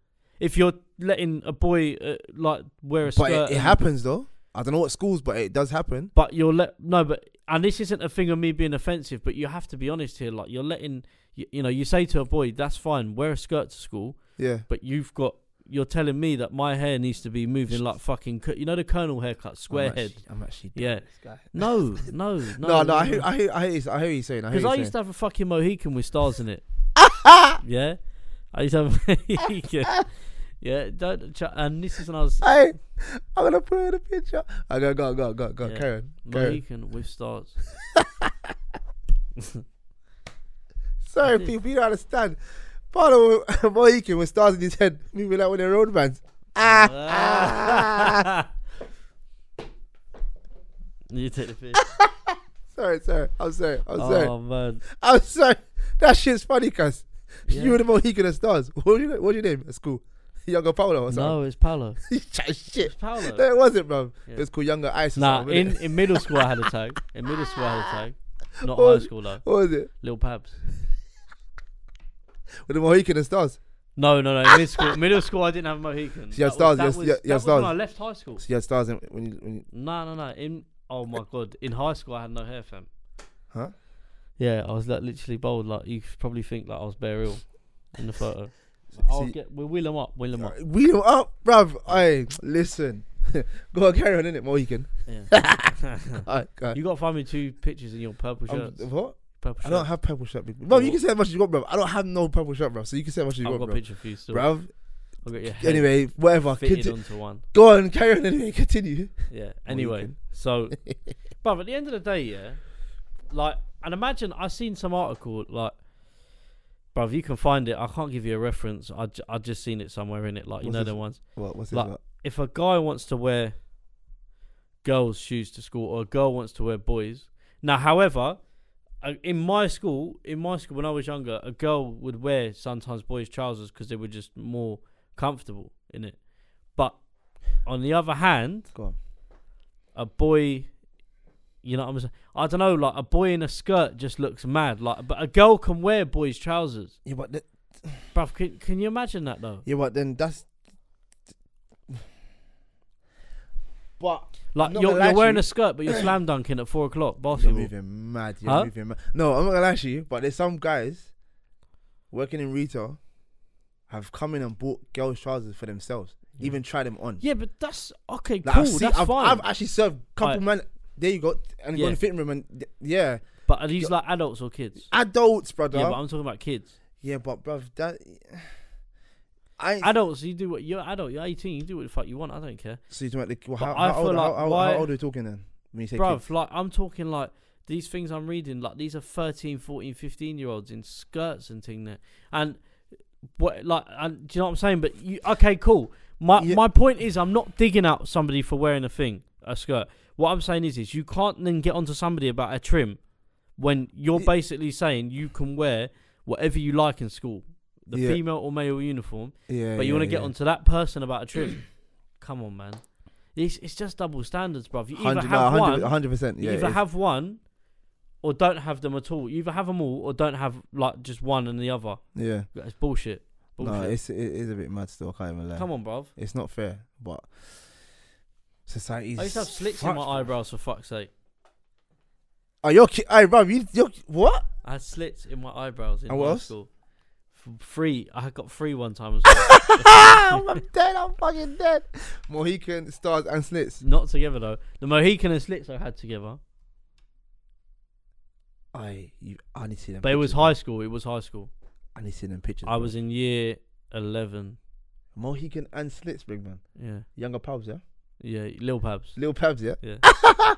[SPEAKER 2] If you're letting a boy uh, like wear a
[SPEAKER 1] But
[SPEAKER 2] skirt,
[SPEAKER 1] it, it
[SPEAKER 2] and-
[SPEAKER 1] happens though. I don't know what schools, but it does happen.
[SPEAKER 2] But you're let no, but and this isn't a thing of me being offensive, but you have to be honest here. Like you're letting you, you know, you say to a boy, "That's fine, wear a skirt to school,"
[SPEAKER 1] Yeah.
[SPEAKER 2] but you've got you're telling me that my hair needs to be moving like fucking, cur- you know, the colonel haircut, square
[SPEAKER 1] I'm
[SPEAKER 2] head.
[SPEAKER 1] Actually, I'm actually. down
[SPEAKER 2] Yeah.
[SPEAKER 1] with This guy.
[SPEAKER 2] No, no, no.
[SPEAKER 1] No, no, I hear, I hear, I hear, you- I hear you saying. I hear
[SPEAKER 2] Because
[SPEAKER 1] you
[SPEAKER 2] I
[SPEAKER 1] saying.
[SPEAKER 2] used to have a fucking Mohican with stars in it. yeah, I used to have a Mohican. yeah, don't. Ch- and this is when I was
[SPEAKER 1] Hey, I'm gonna put in a picture. I go, go, go, go, go.
[SPEAKER 2] Yeah.
[SPEAKER 1] Karen, Karen.
[SPEAKER 2] Mohican with stars.
[SPEAKER 1] Sorry,
[SPEAKER 2] did.
[SPEAKER 1] people, you don't understand. Part of Mohican with stars in his head, moving like with their own bands. Ah, ah.
[SPEAKER 2] you take the fish.
[SPEAKER 1] Sorry, sorry. I'm sorry. I'm sorry.
[SPEAKER 2] oh man.
[SPEAKER 1] I'm sorry. That shit's funny, cuz. You
[SPEAKER 2] Yeah.
[SPEAKER 1] were the Mohican of stars. What's your, what's your name at school? Younger Paolo or something?
[SPEAKER 2] No, it's Paolo.
[SPEAKER 1] you chat shit.
[SPEAKER 2] It's Paolo.
[SPEAKER 1] No, it wasn't, bro.
[SPEAKER 2] Yeah.
[SPEAKER 1] It's called Younger Ice or
[SPEAKER 2] Nah,
[SPEAKER 1] something,
[SPEAKER 2] in,
[SPEAKER 1] wasn't it?
[SPEAKER 2] in middle school I had a tag. In middle school I had a tag. Not
[SPEAKER 1] Oh.
[SPEAKER 2] high school though.
[SPEAKER 1] What was it?
[SPEAKER 2] Little Pabs.
[SPEAKER 1] With the Mohican and stars.
[SPEAKER 2] No, no, no. Middle school, middle school I didn't have Mohican.
[SPEAKER 1] So
[SPEAKER 2] That
[SPEAKER 1] you had
[SPEAKER 2] was-
[SPEAKER 1] stars,
[SPEAKER 2] that
[SPEAKER 1] yes,
[SPEAKER 2] was-
[SPEAKER 1] yeah,
[SPEAKER 2] that
[SPEAKER 1] yeah,
[SPEAKER 2] was
[SPEAKER 1] stars.
[SPEAKER 2] when I left high school.
[SPEAKER 1] So you had stars in, when you, when you,
[SPEAKER 2] No, no, no. In oh my god, in high school I had no hair, fam.
[SPEAKER 1] Huh?
[SPEAKER 2] Yeah, I was like literally bold. Like you could probably think like I was bare ill in the photo. I'll
[SPEAKER 1] see-
[SPEAKER 2] get. We'll wheel them up. Wheel them up.
[SPEAKER 1] Wheel him up, bruv. Hey, listen. Go on, carry on, innit, Mohican?
[SPEAKER 2] Yeah.
[SPEAKER 1] Alright, go on.
[SPEAKER 2] you got to find me two pictures in your purple
[SPEAKER 1] Um,
[SPEAKER 2] shirts.
[SPEAKER 1] what?
[SPEAKER 2] Purple
[SPEAKER 1] I don't
[SPEAKER 2] shirts.
[SPEAKER 1] have purple shirt, big bro. You can say how much you got, bro. I don't have no purple shirt, bro. So you can say how much you
[SPEAKER 2] I've
[SPEAKER 1] got,
[SPEAKER 2] got a
[SPEAKER 1] bro.
[SPEAKER 2] picture for you still.
[SPEAKER 1] Bruv.
[SPEAKER 2] I've got your head
[SPEAKER 1] Anyway, whatever.
[SPEAKER 2] fitted
[SPEAKER 1] Conti-
[SPEAKER 2] onto one.
[SPEAKER 1] go on, carry on anyway. Continue.
[SPEAKER 2] Yeah. Anyway,
[SPEAKER 1] can.
[SPEAKER 2] so, but at the end of the day, yeah, like, and imagine I've seen some article like, bruv, you can find it. I can't give you a reference. I, j- I just seen it somewhere in it. Like, you
[SPEAKER 1] What's
[SPEAKER 2] know,
[SPEAKER 1] this?
[SPEAKER 2] the ones.
[SPEAKER 1] What? What's this?
[SPEAKER 2] Like-
[SPEAKER 1] about?
[SPEAKER 2] If a guy wants to wear girls' shoes to school, or a girl wants to wear boys. Now, however, uh, in my school, in my school when I was younger, a girl would wear sometimes boys' trousers because they were just more comfortable in it. But on the other hand,
[SPEAKER 1] Go on.
[SPEAKER 2] a boy you know what I'm saying? I don't know, like a boy in a skirt just looks mad. Like but a girl can wear boys' trousers.
[SPEAKER 1] Yeah, but th-
[SPEAKER 2] Bruv, can, can you imagine that though?
[SPEAKER 1] yeah, but then that's. But
[SPEAKER 2] Like
[SPEAKER 1] I'm not
[SPEAKER 2] you're,
[SPEAKER 1] gonna lie
[SPEAKER 2] you're
[SPEAKER 1] to
[SPEAKER 2] wearing
[SPEAKER 1] you.
[SPEAKER 2] a skirt but you're slam dunking at four o'clock
[SPEAKER 1] you're
[SPEAKER 2] basketball.
[SPEAKER 1] moving mad. You're
[SPEAKER 2] Huh?
[SPEAKER 1] moving mad. No, I'm not gonna lie to you. But there's some guys working in retail have come in and bought girls' trousers for themselves.
[SPEAKER 2] Yeah.
[SPEAKER 1] Even try them on.
[SPEAKER 2] Yeah, but that's okay,
[SPEAKER 1] Like,
[SPEAKER 2] cool,
[SPEAKER 1] I've, seen-
[SPEAKER 2] that's
[SPEAKER 1] I've,
[SPEAKER 2] fine.
[SPEAKER 1] I've actually served couple
[SPEAKER 2] Like-
[SPEAKER 1] man. There you go, and go
[SPEAKER 2] Yeah.
[SPEAKER 1] in the fitting room, and th- yeah,
[SPEAKER 2] but are these like adults or kids?
[SPEAKER 1] adults, brother.
[SPEAKER 2] Yeah, but I'm talking about kids.
[SPEAKER 1] bruv, that I. ain't-
[SPEAKER 2] Adults, you do what you're an adult, you're eighteen, you do what the fuck you want, I don't care.
[SPEAKER 1] so you're talking about the, well,
[SPEAKER 2] but
[SPEAKER 1] how,
[SPEAKER 2] I
[SPEAKER 1] how, old,
[SPEAKER 2] feel
[SPEAKER 1] how,
[SPEAKER 2] like
[SPEAKER 1] how,
[SPEAKER 2] why-
[SPEAKER 1] how old are we talking then? When you say
[SPEAKER 2] Bruv,
[SPEAKER 1] kids?
[SPEAKER 2] like I'm talking like these things I'm reading, like these are 13, 14, 15 year olds in skirts and thing there. And what like and do you know what I'm saying? But you okay, cool. My
[SPEAKER 1] Yeah.
[SPEAKER 2] my point is I'm not digging out somebody for wearing a thing, a skirt. What I'm saying is is you can't then get onto somebody about a trim when you're
[SPEAKER 1] Yeah.
[SPEAKER 2] basically saying you can wear whatever you like in school. The
[SPEAKER 1] Yeah.
[SPEAKER 2] female or male uniform.
[SPEAKER 1] yeah,
[SPEAKER 2] But you
[SPEAKER 1] yeah,
[SPEAKER 2] want to get
[SPEAKER 1] yeah.
[SPEAKER 2] onto that person about a trim. Come on, man. It's, it's just double standards, bruv. You either
[SPEAKER 1] 100,
[SPEAKER 2] have one
[SPEAKER 1] 100 percent.
[SPEAKER 2] you
[SPEAKER 1] Yeah, it
[SPEAKER 2] either
[SPEAKER 1] is.
[SPEAKER 2] have one or don't have them at all. You either have them all or don't have like just one and the other.
[SPEAKER 1] yeah.
[SPEAKER 2] It's bullshit.
[SPEAKER 1] No,
[SPEAKER 2] Bullshit.
[SPEAKER 1] it's uh, it is a bit mad still. I can't even lie.
[SPEAKER 2] Come on, bruv.
[SPEAKER 1] it's not fair, but society's.
[SPEAKER 2] I used to have slits in my
[SPEAKER 1] fucked.
[SPEAKER 2] eyebrows for fuck's sake.
[SPEAKER 1] Oh, you're, ki- hey, bruv, you, you're what?
[SPEAKER 2] I had slits in my eyebrows in
[SPEAKER 1] And Oh, what
[SPEAKER 2] high
[SPEAKER 1] else?
[SPEAKER 2] school. F- free. I got free one time as well.
[SPEAKER 1] I'm dead. I'm fucking dead. Mohican stars and slits.
[SPEAKER 2] Not together though. The Mohican and slits I had together,
[SPEAKER 1] I, you, I need to see them.
[SPEAKER 2] but it was
[SPEAKER 1] pictures.
[SPEAKER 2] high school. It was high school.
[SPEAKER 1] I need to see them pictures.
[SPEAKER 2] I
[SPEAKER 1] bro.
[SPEAKER 2] was in year eleven.
[SPEAKER 1] Mohican and slits, big man.
[SPEAKER 2] Yeah,
[SPEAKER 1] Younger pubs, yeah.
[SPEAKER 2] yeah. Lil Pabs.
[SPEAKER 1] Little pubs, yeah.
[SPEAKER 2] Yeah.
[SPEAKER 1] I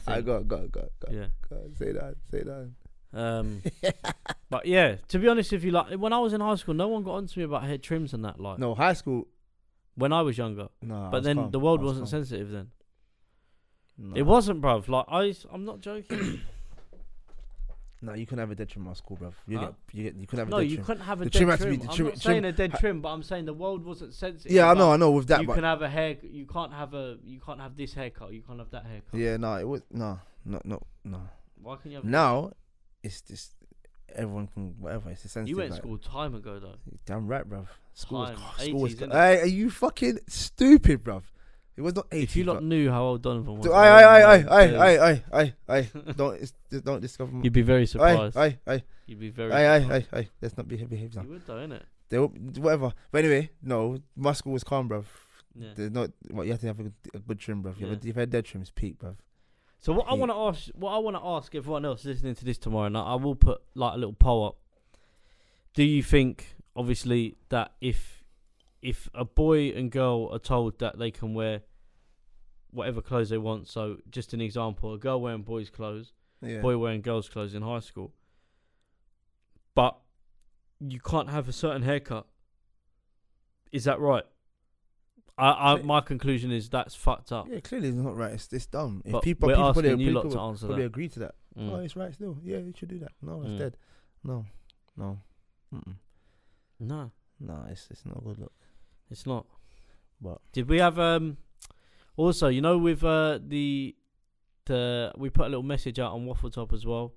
[SPEAKER 2] think.
[SPEAKER 1] go, on, go, on, go, on, go, on,
[SPEAKER 2] Yeah.
[SPEAKER 1] go. on. Say that, say that.
[SPEAKER 2] Um, but yeah, to be honest, if you like, when I was in high school, no one got on to me about hair trims and that. Like
[SPEAKER 1] No, high school.
[SPEAKER 2] when I was younger,
[SPEAKER 1] No,
[SPEAKER 2] but then the world wasn't sensitive then. It wasn't, bruv. Like I, s- I'm not joking.
[SPEAKER 1] No, you couldn't have a dead trim at school, bruv. You
[SPEAKER 2] Huh?
[SPEAKER 1] get, you get, you couldn't have
[SPEAKER 2] no,
[SPEAKER 1] a dead
[SPEAKER 2] you
[SPEAKER 1] trim.
[SPEAKER 2] couldn't have a
[SPEAKER 1] The
[SPEAKER 2] dead
[SPEAKER 1] trim
[SPEAKER 2] trim.
[SPEAKER 1] has to be- the
[SPEAKER 2] I'm
[SPEAKER 1] trim-
[SPEAKER 2] not
[SPEAKER 1] trim-
[SPEAKER 2] saying a dead
[SPEAKER 1] ha-
[SPEAKER 2] trim, but I'm saying the world wasn't sensitive.
[SPEAKER 1] yeah, I
[SPEAKER 2] but
[SPEAKER 1] know, I know. With that,
[SPEAKER 2] you
[SPEAKER 1] but
[SPEAKER 2] can have a hair. You can't have a. You can't have this haircut. You can't have that haircut.
[SPEAKER 1] yeah, no, it was no, no, no, no.
[SPEAKER 2] Why can you have?
[SPEAKER 1] Now, it's just everyone can whatever. It's a sensitive.
[SPEAKER 2] you went to
[SPEAKER 1] like,
[SPEAKER 2] school time ago though.
[SPEAKER 1] Damn right, bruv. School was,
[SPEAKER 2] Time,
[SPEAKER 1] oh, school was.
[SPEAKER 2] 80s, innit?
[SPEAKER 1] Hey, are you fucking stupid, bruv? It was not eighty.
[SPEAKER 2] If you
[SPEAKER 1] bruv.
[SPEAKER 2] lot knew how old Donovan was,
[SPEAKER 1] Do-
[SPEAKER 2] oh
[SPEAKER 1] aye, aye, aye,
[SPEAKER 2] my
[SPEAKER 1] aye,
[SPEAKER 2] days.
[SPEAKER 1] aye, aye, aye, aye, aye. Don't, it's, don't discover.
[SPEAKER 2] You'd be very
[SPEAKER 1] Aye,
[SPEAKER 2] surprised.
[SPEAKER 1] aye, aye,
[SPEAKER 2] You'd be very.
[SPEAKER 1] aye, aye,
[SPEAKER 2] surprised.
[SPEAKER 1] aye, aye. Let's not be behave now.
[SPEAKER 2] You would though, innit?
[SPEAKER 1] They were, whatever. But anyway, no, my school was calm, bruv.
[SPEAKER 2] Yeah.
[SPEAKER 1] There's not. Well, you have to have a good, a good trim, bruv. You have a,
[SPEAKER 2] Yeah.
[SPEAKER 1] if you had dead trim, it's peak, bruv.
[SPEAKER 2] So what I
[SPEAKER 1] Yeah.
[SPEAKER 2] want to ask, what I want to ask everyone else listening to this tomorrow night, I will put like a little poll up. Do you think, obviously, that if if a boy and girl are told that they can wear whatever clothes they want, so just an example, a girl wearing boys' clothes,
[SPEAKER 1] yeah.
[SPEAKER 2] boy wearing girls' clothes in high school. But you can't have a certain haircut. Is that right? I, I
[SPEAKER 1] Cle-
[SPEAKER 2] my conclusion is that's fucked up.
[SPEAKER 1] yeah, clearly it's not right. It's, it's dumb. If
[SPEAKER 2] but
[SPEAKER 1] people,
[SPEAKER 2] we're
[SPEAKER 1] people,
[SPEAKER 2] asking
[SPEAKER 1] probably,
[SPEAKER 2] you
[SPEAKER 1] people
[SPEAKER 2] lot to answer
[SPEAKER 1] probably
[SPEAKER 2] that.
[SPEAKER 1] agree to that.
[SPEAKER 2] Mm.
[SPEAKER 1] Oh, it's right still. Yeah, you should do that. No, that's
[SPEAKER 2] Mm.
[SPEAKER 1] dead. No, no, Mm-mm.
[SPEAKER 2] No,
[SPEAKER 1] no. It's it's not a good look.
[SPEAKER 2] it's not.
[SPEAKER 1] But
[SPEAKER 2] Did we have um? Also, you know, with uh the the we put a little message out on Waffle Top as well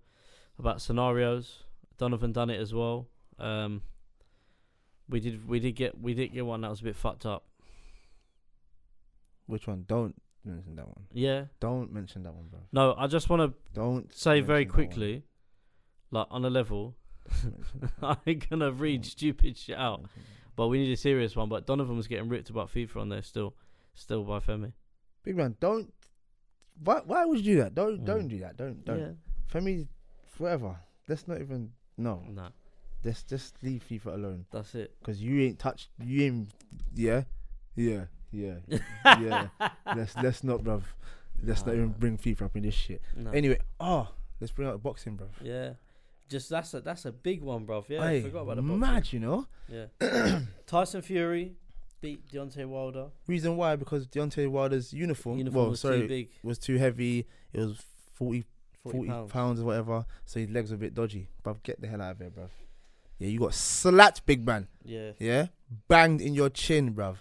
[SPEAKER 2] about scenarios. Donovan done it as well. Um, we did we did get we did get one that was a bit fucked up.
[SPEAKER 1] which one? Don't mention that one.
[SPEAKER 2] Yeah.
[SPEAKER 1] Don't mention that one, bro.
[SPEAKER 2] No, I just want to
[SPEAKER 1] Don't
[SPEAKER 2] say very
[SPEAKER 1] mention that one.
[SPEAKER 2] quickly, like on a level,
[SPEAKER 1] Don't mention that
[SPEAKER 2] I
[SPEAKER 1] one.
[SPEAKER 2] ain't gonna read
[SPEAKER 1] Mm.
[SPEAKER 2] stupid shit out,
[SPEAKER 1] Don't mention that one.
[SPEAKER 2] but we need a serious one. But Donovan was getting ripped about FIFA on there still, still by Femi.
[SPEAKER 1] Big man, don't. Why? Why would you do that? Don't.
[SPEAKER 2] Mm.
[SPEAKER 1] Don't do that. Don't. Don't. Femi, whatever. Let's not even. No.
[SPEAKER 2] Yeah, nah,
[SPEAKER 1] Let's just leave FIFA alone.
[SPEAKER 2] that's it.
[SPEAKER 1] Cause you ain't touched. You ain't. Yeah. Yeah. Yeah. yeah. Let's let's not, bruv. Let's not
[SPEAKER 2] Nah,
[SPEAKER 1] even
[SPEAKER 2] nah.
[SPEAKER 1] bring FIFA up in this shit.
[SPEAKER 2] Nah.
[SPEAKER 1] Anyway, oh, let's bring out boxing, bruv.
[SPEAKER 2] Yeah, just that's a that's a big one, bruv. Yeah, I
[SPEAKER 1] Aye,
[SPEAKER 2] forgot about the boxing.
[SPEAKER 1] Mad, you know.
[SPEAKER 2] Yeah, Tyson Fury beat Deontay Wilder.
[SPEAKER 1] Reason why because Deontay Wilder's uniform.
[SPEAKER 2] Uniform
[SPEAKER 1] well,
[SPEAKER 2] was
[SPEAKER 1] sorry,
[SPEAKER 2] too big,
[SPEAKER 1] was too heavy. It was 40
[SPEAKER 2] forty,
[SPEAKER 1] 40
[SPEAKER 2] pounds.
[SPEAKER 1] pounds. or whatever. So his legs were a bit dodgy. Bruv, get the hell out of here, bruv. Yeah, you got slapped, big man.
[SPEAKER 2] Yeah,
[SPEAKER 1] Yeah? Banged in your chin, bruv.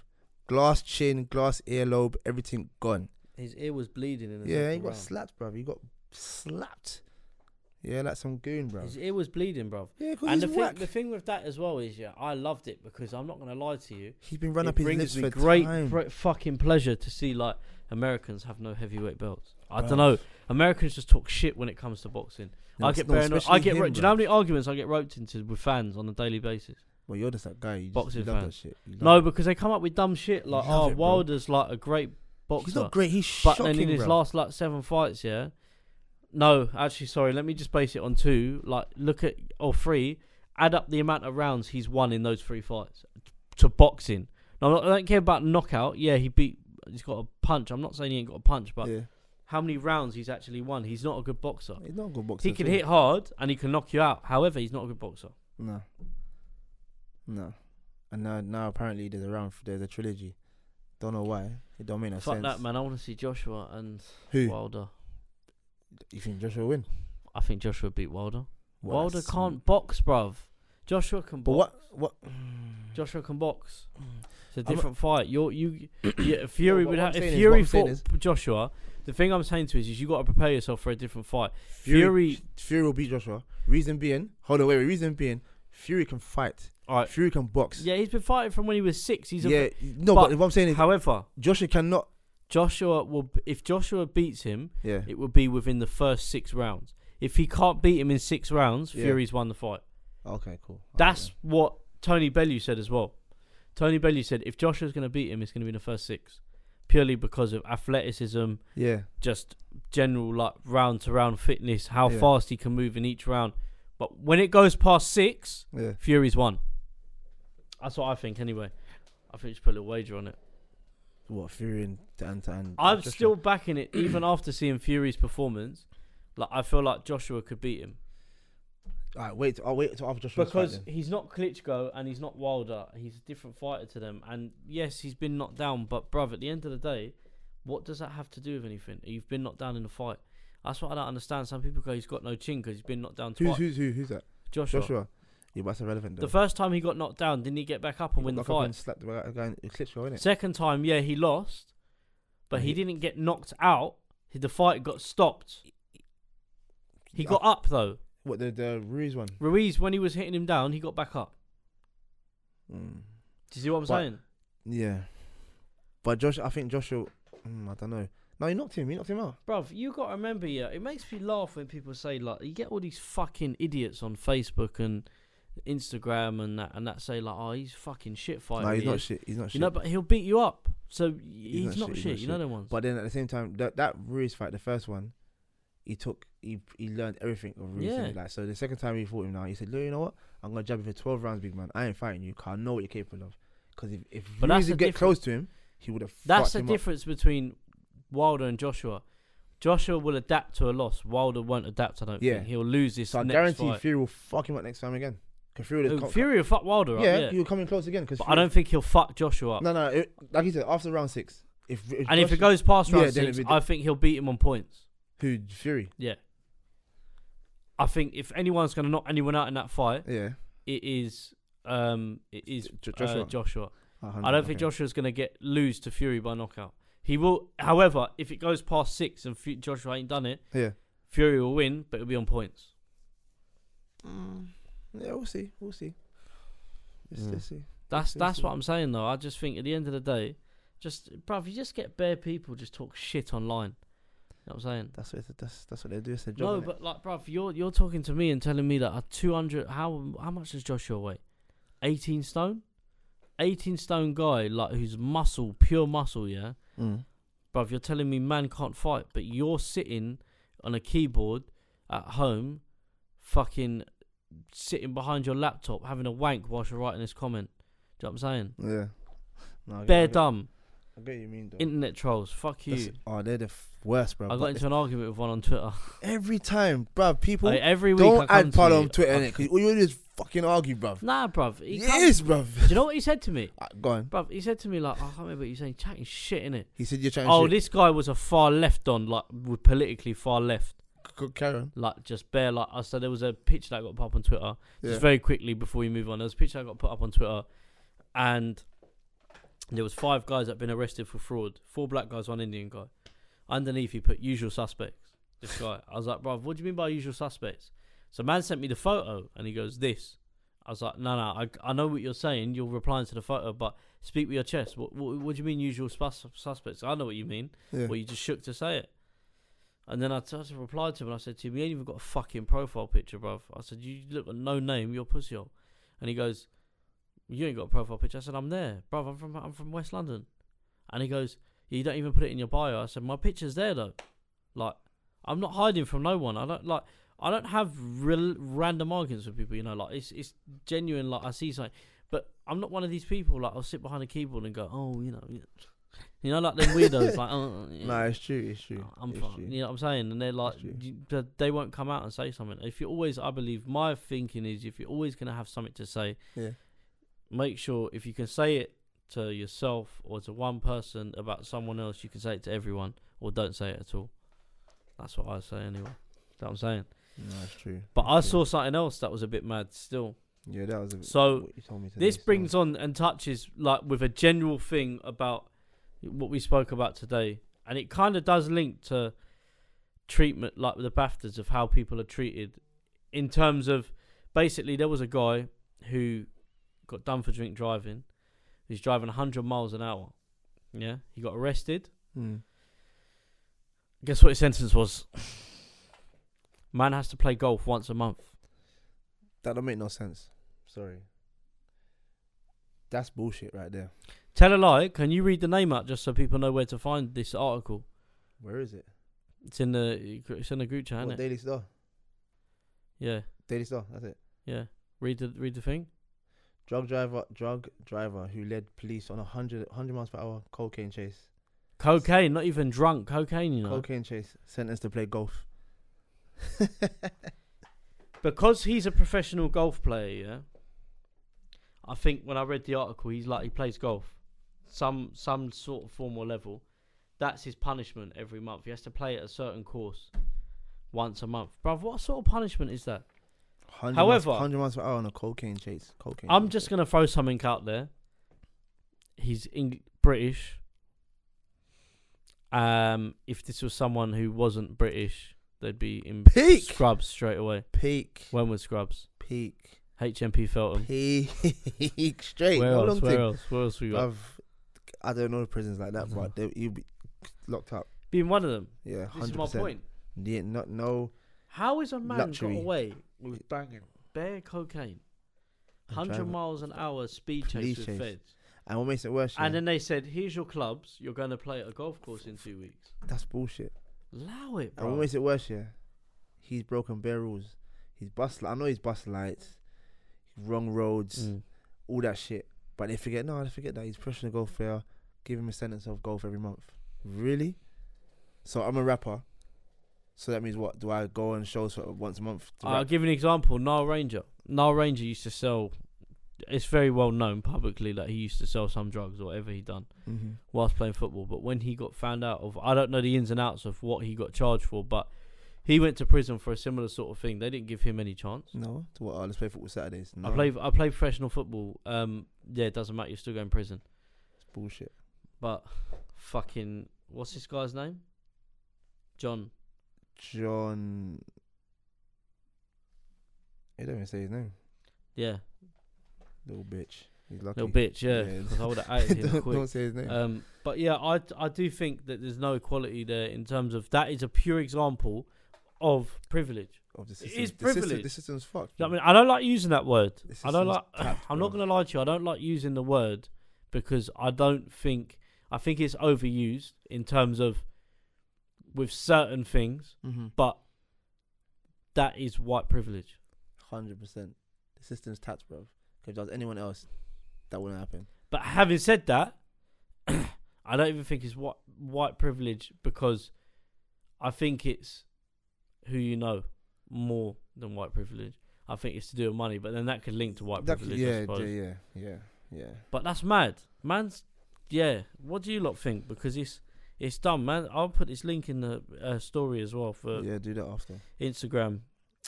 [SPEAKER 1] Glass chin, glass earlobe, everything gone.
[SPEAKER 2] his ear was bleeding in the
[SPEAKER 1] yeah, you
[SPEAKER 2] second
[SPEAKER 1] got
[SPEAKER 2] round.
[SPEAKER 1] slapped, bruv. You got slapped. Yeah, like some goon, bruv.
[SPEAKER 2] his ear was bleeding, bruv.
[SPEAKER 1] Yeah, because
[SPEAKER 2] And the
[SPEAKER 1] he's
[SPEAKER 2] thing,
[SPEAKER 1] whack.
[SPEAKER 2] the thing with that as well is, yeah, I loved it because I'm not gonna lie to you.
[SPEAKER 1] He's been running
[SPEAKER 2] it
[SPEAKER 1] up his
[SPEAKER 2] brings
[SPEAKER 1] lips
[SPEAKER 2] me
[SPEAKER 1] for
[SPEAKER 2] great,
[SPEAKER 1] time.
[SPEAKER 2] great fucking pleasure to see like Americans have no heavyweight belts. I
[SPEAKER 1] Bruv.
[SPEAKER 2] don't know. Americans just talk shit when it comes to boxing.
[SPEAKER 1] No,
[SPEAKER 2] I
[SPEAKER 1] it's-
[SPEAKER 2] get
[SPEAKER 1] no,
[SPEAKER 2] very annoyed. I
[SPEAKER 1] especially
[SPEAKER 2] get.
[SPEAKER 1] him,
[SPEAKER 2] ro- do you know how
[SPEAKER 1] bruv.
[SPEAKER 2] many arguments I get roped into with fans on a daily basis?
[SPEAKER 1] Well, you're just that guy. You just,
[SPEAKER 2] Boxing
[SPEAKER 1] you love
[SPEAKER 2] fan.
[SPEAKER 1] that shit. You
[SPEAKER 2] No,
[SPEAKER 1] love
[SPEAKER 2] because they come up with dumb shit like,
[SPEAKER 1] Love
[SPEAKER 2] "Oh,
[SPEAKER 1] it, bro.
[SPEAKER 2] Wilder's like a great
[SPEAKER 1] it.
[SPEAKER 2] boxer,"
[SPEAKER 1] He's not great. He's
[SPEAKER 2] but
[SPEAKER 1] shocking,
[SPEAKER 2] then in his
[SPEAKER 1] bruv.
[SPEAKER 2] last like seven fights, yeah. No, actually, sorry. Let me just base it on two. Like, look at or three. Add up the amount of rounds he's won in those three fights to boxing. Now, I don't care about knockout. Yeah, he beat. He's got a punch. I'm not saying he ain't got a punch, but
[SPEAKER 1] yeah.
[SPEAKER 2] how many rounds he's actually won? He's not a good boxer.
[SPEAKER 1] he's not a good boxer.
[SPEAKER 2] He can
[SPEAKER 1] at all.
[SPEAKER 2] hit hard and he can knock you out. However, he's not a good boxer.
[SPEAKER 1] No. No. And now, now apparently there's a round, there's a trilogy. Don't know why. It don't make no
[SPEAKER 2] Fuck
[SPEAKER 1] sense.
[SPEAKER 2] that, man. I want to see Joshua and
[SPEAKER 1] Who?
[SPEAKER 2] Wilder.
[SPEAKER 1] You think Joshua will win?
[SPEAKER 2] I think Joshua beat Wilder.
[SPEAKER 1] Well,
[SPEAKER 2] Wilder
[SPEAKER 1] that's-
[SPEAKER 2] can't box, bruv. Joshua can
[SPEAKER 1] But
[SPEAKER 2] box.
[SPEAKER 1] what? What?
[SPEAKER 2] Joshua can box. It's a
[SPEAKER 1] not-
[SPEAKER 2] different fight. You're, you, yeah, Fury
[SPEAKER 1] but
[SPEAKER 2] would
[SPEAKER 1] what
[SPEAKER 2] have. If
[SPEAKER 1] I'm saying is-
[SPEAKER 2] Fury
[SPEAKER 1] what I'm saying
[SPEAKER 2] fought
[SPEAKER 1] is-
[SPEAKER 2] Joshua, the thing I'm saying to is, is you got to prepare yourself for a different fight. Fury-
[SPEAKER 1] Fury will beat Joshua. Reason being, hold on, wait, wait. Reason being, Fury can fight.
[SPEAKER 2] All right.
[SPEAKER 1] Fury can box.
[SPEAKER 2] Yeah, he's been fighting from when he was six. He's a,
[SPEAKER 1] yeah. no, but,
[SPEAKER 2] but
[SPEAKER 1] what I'm saying is,
[SPEAKER 2] However,
[SPEAKER 1] Joshua cannot.
[SPEAKER 2] Joshua will. b- If Joshua beats him,
[SPEAKER 1] Yeah.
[SPEAKER 2] it will be within the first six rounds. If he can't beat him in six rounds,
[SPEAKER 1] Yeah.
[SPEAKER 2] Fury's won the fight.
[SPEAKER 1] Okay, cool. Alright,
[SPEAKER 2] That's what Tony Bellew said as well. Tony Bellew said if Joshua's going to beat him, it's going to be in the first six, purely because of athleticism,
[SPEAKER 1] yeah. Yeah.
[SPEAKER 2] just general like round to round fitness, how
[SPEAKER 1] Yeah.
[SPEAKER 2] fast he can move in each round. But when it goes past six,
[SPEAKER 1] Yeah.
[SPEAKER 2] Fury's won. That's what I think. Anyway, I think you should put a little wager on it.
[SPEAKER 1] What Fury and and and.
[SPEAKER 2] I'm
[SPEAKER 1] Joshua?
[SPEAKER 2] still backing it, even after seeing Fury's performance. Like I feel like Joshua could beat him
[SPEAKER 1] Alright, wait. I'll wait till after Joshua's fight
[SPEAKER 2] because
[SPEAKER 1] then.
[SPEAKER 2] he's not Klitschko and he's not Wilder. He's a different fighter to them. And yes, he's been knocked down, but bruv, at the end of the day, what does that have to do with anything? You've been knocked down in a fight. That's what I don't understand. Some people go, he's got no chin because he's been knocked down twice.
[SPEAKER 1] Who's who's who, who's that?
[SPEAKER 2] Joshua.
[SPEAKER 1] Joshua. Yeah, but that's irrelevant. Though.
[SPEAKER 2] The first time he got knocked down, didn't he get back up and win the
[SPEAKER 1] Like I've been
[SPEAKER 2] fight?
[SPEAKER 1] slapped by a guy in Klitschko, innit?
[SPEAKER 2] Second time, yeah, he lost, but he
[SPEAKER 1] He-
[SPEAKER 2] didn't get knocked out. He- The fight got stopped. He got up though.
[SPEAKER 1] What the the Ruiz one?
[SPEAKER 2] Ruiz, when he was hitting him down, he got back up.
[SPEAKER 1] Mm.
[SPEAKER 2] Do you see what I'm
[SPEAKER 1] But-
[SPEAKER 2] saying?
[SPEAKER 1] Yeah, but Josh, I think Joshua. Mm, I don't know. No, he knocked him. He knocked him out.
[SPEAKER 2] Bruv, you got to remember, yeah, it makes me laugh when people say, like, you get all these fucking idiots on Facebook and Instagram and that, and that say, like, oh, he's fucking shit fighter.
[SPEAKER 1] no, he's
[SPEAKER 2] he
[SPEAKER 1] not
[SPEAKER 2] is.
[SPEAKER 1] shit. He's not shit.
[SPEAKER 2] You know, but he'll beat you up. So he's,
[SPEAKER 1] not
[SPEAKER 2] not,
[SPEAKER 1] shit,
[SPEAKER 2] shit,
[SPEAKER 1] he's not
[SPEAKER 2] you know
[SPEAKER 1] shit.
[SPEAKER 2] them ones.
[SPEAKER 1] but then at the same time, that that Ruiz fight, the first one, he took he he learned everything of Ruiz. innit?
[SPEAKER 2] Yeah.
[SPEAKER 1] Like so, the second time he fought him now, he said, "Look, you know what? I'm gonna jab you for 12 rounds, big man. I ain't fighting you. 'cause I know what you're capable of. Because if if
[SPEAKER 2] But
[SPEAKER 1] Ruiz
[SPEAKER 2] that's the
[SPEAKER 1] would get close to him, he would have.
[SPEAKER 2] That's the
[SPEAKER 1] him up.
[SPEAKER 2] difference between Wilder and Joshua. Joshua will adapt to a loss. Wilder won't adapt. I don't
[SPEAKER 1] Yeah.
[SPEAKER 2] think he'll lose this.
[SPEAKER 1] So I
[SPEAKER 2] next
[SPEAKER 1] guarantee
[SPEAKER 2] fight.
[SPEAKER 1] Fury will fuck him up next time again. 'Cause Fury, will
[SPEAKER 2] Oh,
[SPEAKER 1] come-
[SPEAKER 2] Fury will fuck Wilder up.
[SPEAKER 1] yeah,
[SPEAKER 2] Yeah,
[SPEAKER 1] you're coming close again. Because
[SPEAKER 2] but I don't think he'll fuck Joshua up.
[SPEAKER 1] No, no. It, like you said, after round six, if, if
[SPEAKER 2] and if it
[SPEAKER 1] Joshua-
[SPEAKER 2] goes past round
[SPEAKER 1] Yeah, then
[SPEAKER 2] six,
[SPEAKER 1] it'd be-
[SPEAKER 2] I think he'll beat him on points.
[SPEAKER 1] who Fury,
[SPEAKER 2] Yeah. I think if anyone's going to knock anyone out in that fight,
[SPEAKER 1] yeah,
[SPEAKER 2] it is um it is
[SPEAKER 1] J-
[SPEAKER 2] Joshua. Uh,
[SPEAKER 1] Joshua.
[SPEAKER 2] Joshua.
[SPEAKER 1] I
[SPEAKER 2] I don't think Joshua's going to get lose to Fury by knockout. He will, however, if it goes past six and Fu- Joshua ain't done it,
[SPEAKER 1] Yeah,
[SPEAKER 2] Fury will win, but it'll be on points.
[SPEAKER 1] yeah, we'll see, we'll see. Let's,
[SPEAKER 2] Yeah.
[SPEAKER 1] let's see.
[SPEAKER 2] That's
[SPEAKER 1] Yes,
[SPEAKER 2] that's
[SPEAKER 1] yes.
[SPEAKER 2] what I'm saying though. I just think at the end of the day, just bruv, you just get bare people just talk shit online. You know what I'm saying?
[SPEAKER 1] That's what it's- that's that's what they do. It's their job.
[SPEAKER 2] No,
[SPEAKER 1] innit?
[SPEAKER 2] but like, bruv, you're you're talking to me and telling me that a 200. How how much does Joshua weigh? 18 stone. 18 stone guy, like who's muscle, pure muscle, yeah.
[SPEAKER 1] Mm.
[SPEAKER 2] Bruv, you're telling me man can't fight, but you're sitting on a keyboard at home, fucking sitting behind your laptop having a wank whilst you're writing this comment. Do you know what I'm saying?
[SPEAKER 1] yeah, no, I get- I
[SPEAKER 2] Bare
[SPEAKER 1] get-
[SPEAKER 2] dumb.
[SPEAKER 1] I get what you mean though.
[SPEAKER 2] Internet trolls. Fuck you.
[SPEAKER 1] That's- oh, they're the f- worst, bro.
[SPEAKER 2] I got
[SPEAKER 1] But
[SPEAKER 2] into an argument with one on Twitter.
[SPEAKER 1] every time, bro. People
[SPEAKER 2] Like, every week
[SPEAKER 1] don't
[SPEAKER 2] I come
[SPEAKER 1] add
[SPEAKER 2] to
[SPEAKER 1] pad
[SPEAKER 2] you,
[SPEAKER 1] on Twitter,
[SPEAKER 2] I-
[SPEAKER 1] innit? 'Cause all you do is fucking argue, bro.
[SPEAKER 2] Nah, bruv. He comes-
[SPEAKER 1] Yes, bro. Ah,
[SPEAKER 2] Do you know what he said to me?
[SPEAKER 1] Go on.
[SPEAKER 2] Bruv, he said to me, like, I can't remember what you saying, chatting shit, innit?
[SPEAKER 1] He said you're trying.
[SPEAKER 2] Oh,
[SPEAKER 1] shit.
[SPEAKER 2] this guy was a far left on, like, w- politically far left.
[SPEAKER 1] C- c- carry on.
[SPEAKER 2] Like, just bare, like, I said, there was a picture that got put up on Twitter. Just
[SPEAKER 1] Yeah.
[SPEAKER 2] very quickly before we move on, there was a picture that got put up on Twitter, and there was five guys that had been arrested for fraud. Four black guys, one Indian guy. Underneath, he put usual suspects. This guy. I was like, bruv, what do you mean by usual suspects? So man sent me the photo, and he goes, this. I was like, no, no, I, I know what you're saying. You're replying to the photo, but speak with your chest. What, what, what do you mean usual sus- suspects? I know what you mean.
[SPEAKER 1] Yeah.
[SPEAKER 2] Well, you just shook to say it. And then I t- I replied to him and I said to him, You ain't even got a fucking profile picture, bruv. I said, You look at no name, you're a pussy hole. And he goes, You ain't got a profile picture. I said, I'm there, bruv, I'm from I'm from West London. And he goes, You don't even put it in your bio. I said, My picture's there though. Like, I'm not hiding from no one. I don't like I don't have real random arguments with people, you know, like it's it's genuine, like I see something. But I'm not one of these people, like I'll sit behind a keyboard and go, Oh, you know, you know, like them weirdos, like, oh, yeah. Oh,
[SPEAKER 1] Nah, it's true. It's true.
[SPEAKER 2] I'm
[SPEAKER 1] it's
[SPEAKER 2] fine.
[SPEAKER 1] true.
[SPEAKER 2] You know what I'm saying? And they're like,
[SPEAKER 1] true.
[SPEAKER 2] you, th- they won't come out and say something. If you're always, I believe, my thinking is if you're always going to have something to say,
[SPEAKER 1] Yeah.
[SPEAKER 2] make sure if you can say it to yourself or to one person about someone else, you can say it to everyone or don't say it at all. That's what I say anyway. That's what I'm saying.
[SPEAKER 1] No, it's true.
[SPEAKER 2] But
[SPEAKER 1] It's
[SPEAKER 2] I
[SPEAKER 1] true.
[SPEAKER 2] saw something else that was a bit mad still.
[SPEAKER 1] Yeah, that was. A,
[SPEAKER 2] So,
[SPEAKER 1] what you told me
[SPEAKER 2] This
[SPEAKER 1] today, so-
[SPEAKER 2] brings on and touches like with a general thing about what we spoke about today, and it kind of does link to treatment, like with the Baftas, of how people are treated in terms of basically there was a guy who got done for drink driving. He's driving 100 miles an hour. Yeah, he got arrested.
[SPEAKER 1] Mm.
[SPEAKER 2] Guess what his sentence was? Man has to play golf once a month.
[SPEAKER 1] That don't make no sense. Sorry. That's bullshit right there.
[SPEAKER 2] Tell a lie. Can you read the name out just so people know where to find this article?
[SPEAKER 1] Where is it?
[SPEAKER 2] It's in the it's in the group chat,
[SPEAKER 1] What,
[SPEAKER 2] isn't it?
[SPEAKER 1] Daily Star.
[SPEAKER 2] Yeah,
[SPEAKER 1] Daily Star. That's it.
[SPEAKER 2] yeah. Read the read the thing.
[SPEAKER 1] Drug driver, drug driver who led police on a 100, 100 miles per hour cocaine chase.
[SPEAKER 2] Cocaine, not even drunk. Cocaine, you know.
[SPEAKER 1] Cocaine chase. Sentenced to play golf.
[SPEAKER 2] Because he's a professional golf player, yeah. I think when I read the article, he's like he plays golf, some some sort of formal level. That's his punishment every month. He has to play at a certain course once a month, bruv. What sort of punishment is that?
[SPEAKER 1] 100
[SPEAKER 2] However-
[SPEAKER 1] miles, 100 miles per hour on a cocaine chase. Cocaine.
[SPEAKER 2] I'm
[SPEAKER 1] chase.
[SPEAKER 2] just gonna throw something out there. He's Eng- British. Um, if this was someone who wasn't British, they'd be in
[SPEAKER 1] Peak.
[SPEAKER 2] Scrubs straight away.
[SPEAKER 1] peak,
[SPEAKER 2] When was Scrubs?
[SPEAKER 1] peak,
[SPEAKER 2] HMP Feltham.
[SPEAKER 1] peak. Straight.
[SPEAKER 2] where,
[SPEAKER 1] no
[SPEAKER 2] else,
[SPEAKER 1] long
[SPEAKER 2] where
[SPEAKER 1] thing.
[SPEAKER 2] else? Where else? we got?
[SPEAKER 1] Bruv, I don't know prisons like that,
[SPEAKER 2] No.
[SPEAKER 1] but they, you'll be locked up.
[SPEAKER 2] Being one of them.
[SPEAKER 1] Yeah,
[SPEAKER 2] Mm-hmm. This is
[SPEAKER 1] hundred
[SPEAKER 2] my
[SPEAKER 1] percent.
[SPEAKER 2] point.
[SPEAKER 1] Yeah, not no.
[SPEAKER 2] How is a man
[SPEAKER 1] Luxury.
[SPEAKER 2] got away with banging bare cocaine,
[SPEAKER 1] And
[SPEAKER 2] hundred
[SPEAKER 1] driving.
[SPEAKER 2] miles an hour speed chase
[SPEAKER 1] Police
[SPEAKER 2] with
[SPEAKER 1] chase.
[SPEAKER 2] feds,
[SPEAKER 1] And what makes it worse?
[SPEAKER 2] and
[SPEAKER 1] yeah,
[SPEAKER 2] then they said, "Here's your clubs. You're going to play at a golf course in two weeks."
[SPEAKER 1] that's bullshit.
[SPEAKER 2] Allow it,
[SPEAKER 1] And what
[SPEAKER 2] bro.
[SPEAKER 1] makes it worse? Yeah, he's broken bare rules. He's bus. I know he's bus lights, wrong roads,
[SPEAKER 2] Mm.
[SPEAKER 1] all that shit. But they forget. No, they forget that he's pushing a golf player. Give him a sentence of golf every month. Really? So I'm a rapper. So that means what? Do I go on shows for once a month? to
[SPEAKER 2] I'll
[SPEAKER 1] rap?
[SPEAKER 2] give you an example. Nile Ranger. Nile Ranger used to sell. It's very well known publicly that he used to sell some drugs or whatever he done
[SPEAKER 1] Mhm.
[SPEAKER 2] whilst playing football. But when he got found out of, I don't know the ins and outs of what he got charged for, but he went to prison for a similar sort of thing. They didn't give him any chance.
[SPEAKER 1] No. To what? Oh, let's play football Saturdays. No.
[SPEAKER 2] I play. I play professional football. Um, yeah, it doesn't matter. You're still going to prison.
[SPEAKER 1] It's bullshit.
[SPEAKER 2] But fucking, what's this guy's name? John.
[SPEAKER 1] John. You don't even say his name.
[SPEAKER 2] Yeah,
[SPEAKER 1] Little bitch. He's lucky.
[SPEAKER 2] little bitch. Yeah,
[SPEAKER 1] Yeah.
[SPEAKER 2] 'cause I would have hated him
[SPEAKER 1] don't,
[SPEAKER 2] quick.
[SPEAKER 1] don't say his name.
[SPEAKER 2] Um, but yeah, I I do think that there's no equality there in terms of that is a pure example of privilege.
[SPEAKER 1] of the
[SPEAKER 2] it
[SPEAKER 1] system.
[SPEAKER 2] is
[SPEAKER 1] the, system
[SPEAKER 2] privilege.
[SPEAKER 1] the system's fucked.
[SPEAKER 2] You know
[SPEAKER 1] bro.
[SPEAKER 2] what I mean, I don't like using that word.
[SPEAKER 1] This
[SPEAKER 2] I don't
[SPEAKER 1] system's
[SPEAKER 2] like.
[SPEAKER 1] tapped,
[SPEAKER 2] I'm not
[SPEAKER 1] bro.
[SPEAKER 2] gonna lie to you. I don't like using the word because I don't think I think it's overused in terms of with certain things,
[SPEAKER 1] Mm-hmm.
[SPEAKER 2] but that is white privilege.
[SPEAKER 1] Hundred percent. The system's tapped, bro. If there was anyone else, that wouldn't happen.
[SPEAKER 2] But having said that, I don't even think it's white white privilege because I think it's who you know more than white privilege. I think it's to do with money, but then that could link to white
[SPEAKER 1] That-
[SPEAKER 2] privilege, I
[SPEAKER 1] yeah,
[SPEAKER 2] suppose.
[SPEAKER 1] yeah, yeah, yeah, yeah.
[SPEAKER 2] But that's mad, man's. Yeah, what do you lot think? Because it's it's done, man. I'll put this link in the uh, story as well for
[SPEAKER 1] yeah, do that after.
[SPEAKER 2] Instagram.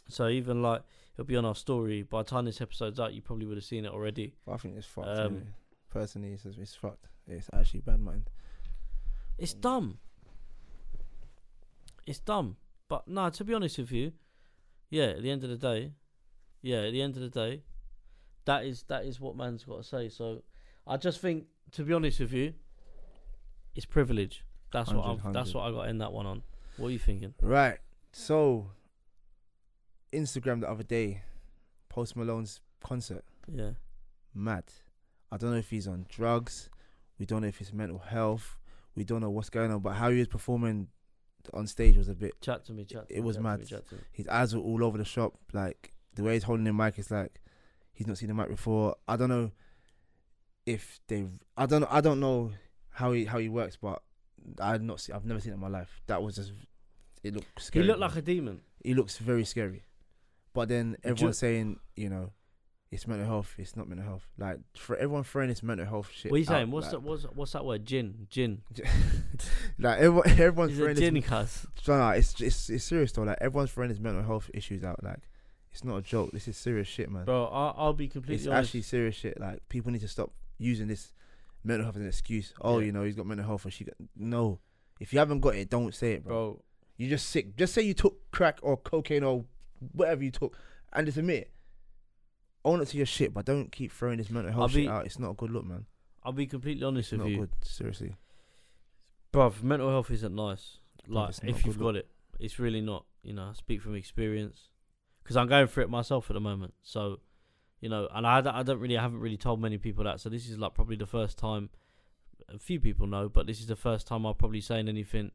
[SPEAKER 2] So even like it'll be on our story. By the time this episode's out, you probably would have seen it already.
[SPEAKER 1] But I think it's fucked.
[SPEAKER 2] Um,
[SPEAKER 1] innit? Personally, it's, it's fucked. It's actually bad mind.
[SPEAKER 2] It's dumb. It's dumb. But no, to be honest with you, yeah, at the end of the day, yeah, at the end of the day, that is that is what man's got to say. So I just think, to be honest with you, it's privilege. That's what
[SPEAKER 1] 100,
[SPEAKER 2] I've, that's
[SPEAKER 1] 100.
[SPEAKER 2] what I got to end that one on. What are you thinking?
[SPEAKER 1] Right. So, Instagram the other day, Post Malone's concert.
[SPEAKER 2] Yeah,
[SPEAKER 1] Mad. I don't know if he's on drugs. We don't know if it's mental health. We don't know what's going on. But how he was performing on stage was a bit.
[SPEAKER 2] chat to me, chat. To
[SPEAKER 1] It
[SPEAKER 2] me,
[SPEAKER 1] was
[SPEAKER 2] chat
[SPEAKER 1] mad.
[SPEAKER 2] To me, chat to me.
[SPEAKER 1] His eyes were all over the shop. Like the way he's holding the mic is like he's not seen the mic before. I don't know if they. I don't. I don't know how he how he works, but I've not. See, I've never seen it in my life. That was just. It looked
[SPEAKER 2] He
[SPEAKER 1] scary.
[SPEAKER 2] looked
[SPEAKER 1] bro.
[SPEAKER 2] like a demon.
[SPEAKER 1] he looks very scary. But then everyone's
[SPEAKER 2] Ju-
[SPEAKER 1] saying, you know, it's mental health. It's not mental health. Like for everyone throwing this mental health shit.
[SPEAKER 2] What are you
[SPEAKER 1] out,
[SPEAKER 2] saying? What's that?
[SPEAKER 1] like,
[SPEAKER 2] What's what's that word? Gin, gin.
[SPEAKER 1] like everyone, everyone's
[SPEAKER 2] He's a
[SPEAKER 1] throwing this.
[SPEAKER 2] gin cuss.
[SPEAKER 1] No, no, it's it's it's serious though. Like everyone's throwing his mental health issues out. Like it's not a joke. This is serious shit, man.
[SPEAKER 2] Bro, I, I'll be completely
[SPEAKER 1] it's
[SPEAKER 2] honest.
[SPEAKER 1] actually serious shit. Like people need to stop using this mental health as an excuse. Oh,
[SPEAKER 2] Yeah.
[SPEAKER 1] you know, he's got mental health, or she got no. If you haven't got it, don't say it, bro.
[SPEAKER 2] bro.
[SPEAKER 1] You're just sick. Just say you took crack or cocaine or whatever you took, and just admit it. Own it to your shit, but don't keep throwing this mental health
[SPEAKER 2] I'll
[SPEAKER 1] shit
[SPEAKER 2] be-
[SPEAKER 1] out. It's not a good look, man.
[SPEAKER 2] I'll be completely honest
[SPEAKER 1] It's
[SPEAKER 2] with
[SPEAKER 1] not
[SPEAKER 2] you,
[SPEAKER 1] good. Seriously,
[SPEAKER 2] bruv. Mental health isn't nice.
[SPEAKER 1] Bruv,
[SPEAKER 2] Like
[SPEAKER 1] it's not
[SPEAKER 2] if you've
[SPEAKER 1] good.
[SPEAKER 2] got it, it's really not. You know, I speak from experience because I'm going through it myself at the moment. So, you know, and I, don't- I don't really, I haven't really told many people that. So this is like probably the first time. A few people know, but this is the first time I'm probably saying anything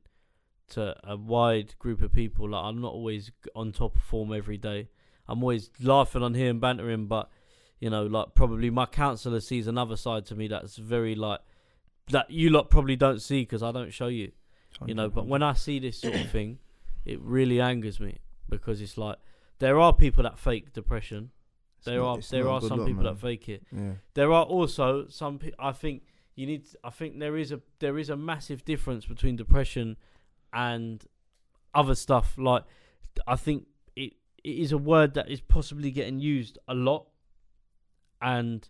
[SPEAKER 2] to a wide group of people. Like I'm not always g- on top of form every day. I'm always laughing on here and bantering, but you know, like probably my counselor sees another side to me that's very like that you lot probably don't see because I don't show you, you know. But when I see this sort of thing, it really angers me because it's like there are people that fake depression. There are there are some people that fake it.
[SPEAKER 1] yeah,
[SPEAKER 2] There are also some. pe- I think you need. I think there is a there is a massive difference between depression and other stuff. Like I think it it is a word that is possibly getting used a lot, and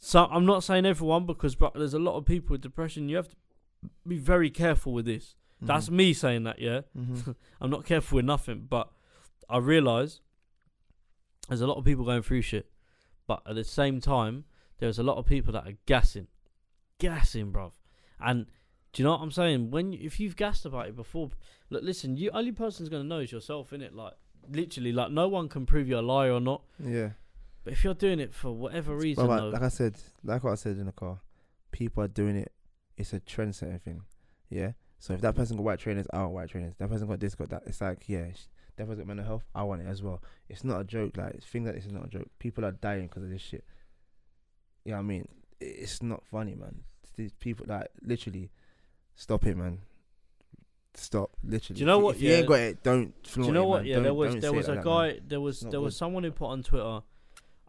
[SPEAKER 2] so I'm not saying everyone because but there's a lot of people with depression. You have to be very careful with this.
[SPEAKER 1] Mm-hmm.
[SPEAKER 2] That's me saying that. Yeah.
[SPEAKER 1] Mhm.
[SPEAKER 2] I'm not careful with nothing, but I realise there's a lot of people going through shit. But at the same time, there's a lot of people that are gassing. Gassing, bruv. And do you know what I'm saying? When you, if you've gassed about it before, look, listen, you only person's gonna know is yourself, innit? Like literally, like no one can prove you're a liar or not.
[SPEAKER 1] yeah.
[SPEAKER 2] But if you're doing it for whatever reason,
[SPEAKER 1] But like,
[SPEAKER 2] though,
[SPEAKER 1] like I said, like what I said in the car, people are doing it. It's a trend setting thing. Yeah. So if that person got white trainers, I want white trainers. That person got this, got that. It's like, yeah, sh- that person got mental health, I want it as well. It's not a joke. Like things like this is not a joke. People are dying because of this shit. Yeah, I mean, I- it's not funny, man. These people, like, literally, stop it, man. stop. Literally.
[SPEAKER 2] Do you know
[SPEAKER 1] If-
[SPEAKER 2] what?
[SPEAKER 1] If you
[SPEAKER 2] Yeah.
[SPEAKER 1] ain't got it, don't. Flaunt
[SPEAKER 2] Do you know
[SPEAKER 1] it,
[SPEAKER 2] what?
[SPEAKER 1] Man.
[SPEAKER 2] Yeah,
[SPEAKER 1] Don't-
[SPEAKER 2] there was
[SPEAKER 1] don't
[SPEAKER 2] there
[SPEAKER 1] say it
[SPEAKER 2] was a
[SPEAKER 1] like that, man.
[SPEAKER 2] guy there was
[SPEAKER 1] It's not
[SPEAKER 2] there was
[SPEAKER 1] good.
[SPEAKER 2] someone who put on Twitter,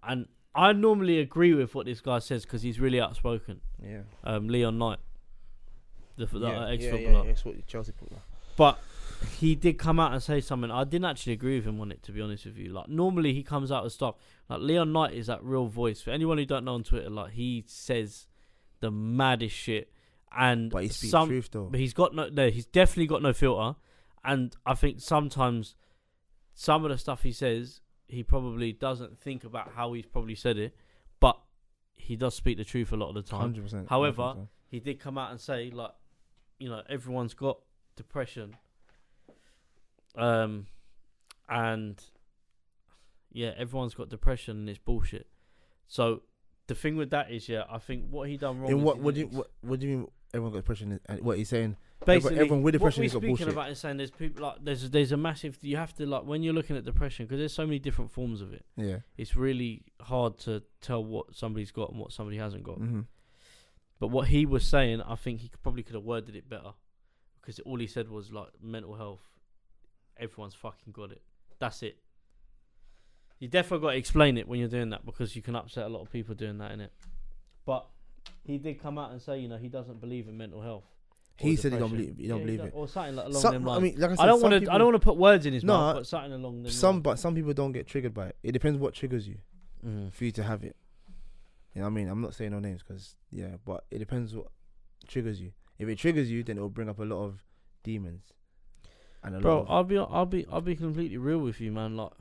[SPEAKER 2] and I normally agree with what this guy says because he's really outspoken.
[SPEAKER 1] Yeah.
[SPEAKER 2] Um, Leon Knight, the, the
[SPEAKER 1] yeah,
[SPEAKER 2] ex
[SPEAKER 1] yeah,
[SPEAKER 2] footballer,
[SPEAKER 1] Yeah, yeah, it's what Chelsea put down.
[SPEAKER 2] but he did come out and say something. I didn't actually agree with him on it to be honest with you. Like normally he comes out with stuff. Like Leon Knight is that real voice for anyone who don't know on Twitter. Like he says the maddest shit, and
[SPEAKER 1] But he speaks
[SPEAKER 2] some
[SPEAKER 1] truth though.
[SPEAKER 2] but he's got no, no. He's definitely got no filter, and I think sometimes some of the stuff he says, he probably doesn't think about how he's probably said it, but he does speak the truth a lot of the time.
[SPEAKER 1] Hundred percent.
[SPEAKER 2] However, He did come out and say, like, you know, everyone's got depression, um, and yeah, everyone's got depression and it's bullshit. So the thing with that is, yeah, I think what he done wrong.
[SPEAKER 1] in
[SPEAKER 2] is
[SPEAKER 1] what
[SPEAKER 2] he
[SPEAKER 1] what do you
[SPEAKER 2] didn't ex-
[SPEAKER 1] what, what do you mean? Everyone got depression. is- And what he's saying?
[SPEAKER 2] basically
[SPEAKER 1] everyone with depression
[SPEAKER 2] what
[SPEAKER 1] has
[SPEAKER 2] we're
[SPEAKER 1] got
[SPEAKER 2] speaking
[SPEAKER 1] bullshit.
[SPEAKER 2] about is saying there's people like there's there's a massive you have to like when you're looking at depression because there's so many different forms of it
[SPEAKER 1] Yeah.
[SPEAKER 2] it's really hard to tell what somebody's got and what somebody hasn't got
[SPEAKER 1] Mm-hmm.
[SPEAKER 2] but what he was saying i think he could, probably could have worded it better because all he said was like mental health everyone's fucking got it that's it you definitely got to explain it when you're doing that because you can upset a lot of people doing that in it but he did come out and say you know he doesn't believe in mental health or
[SPEAKER 1] He said he don't
[SPEAKER 2] depression.
[SPEAKER 1] believe. He don't
[SPEAKER 2] Yeah,
[SPEAKER 1] believe it.
[SPEAKER 2] Or something like along
[SPEAKER 1] Some-
[SPEAKER 2] them lines.
[SPEAKER 1] I mean, like I said,
[SPEAKER 2] I don't
[SPEAKER 1] some
[SPEAKER 2] want to.
[SPEAKER 1] people-
[SPEAKER 2] I don't want to put words in his
[SPEAKER 1] No,
[SPEAKER 2] mouth,
[SPEAKER 1] I-
[SPEAKER 2] but something along them.
[SPEAKER 1] Some, but some people don't get triggered by it. It depends what triggers you
[SPEAKER 2] lines.
[SPEAKER 1] for you to have it. You know what I mean? I'm not saying no names because yeah, but it depends what triggers you. If it triggers you, then it will bring up a lot of demons. And a lot
[SPEAKER 2] bro,
[SPEAKER 1] of
[SPEAKER 2] I'll be, I'll be, I'll be completely real with you, man. Like,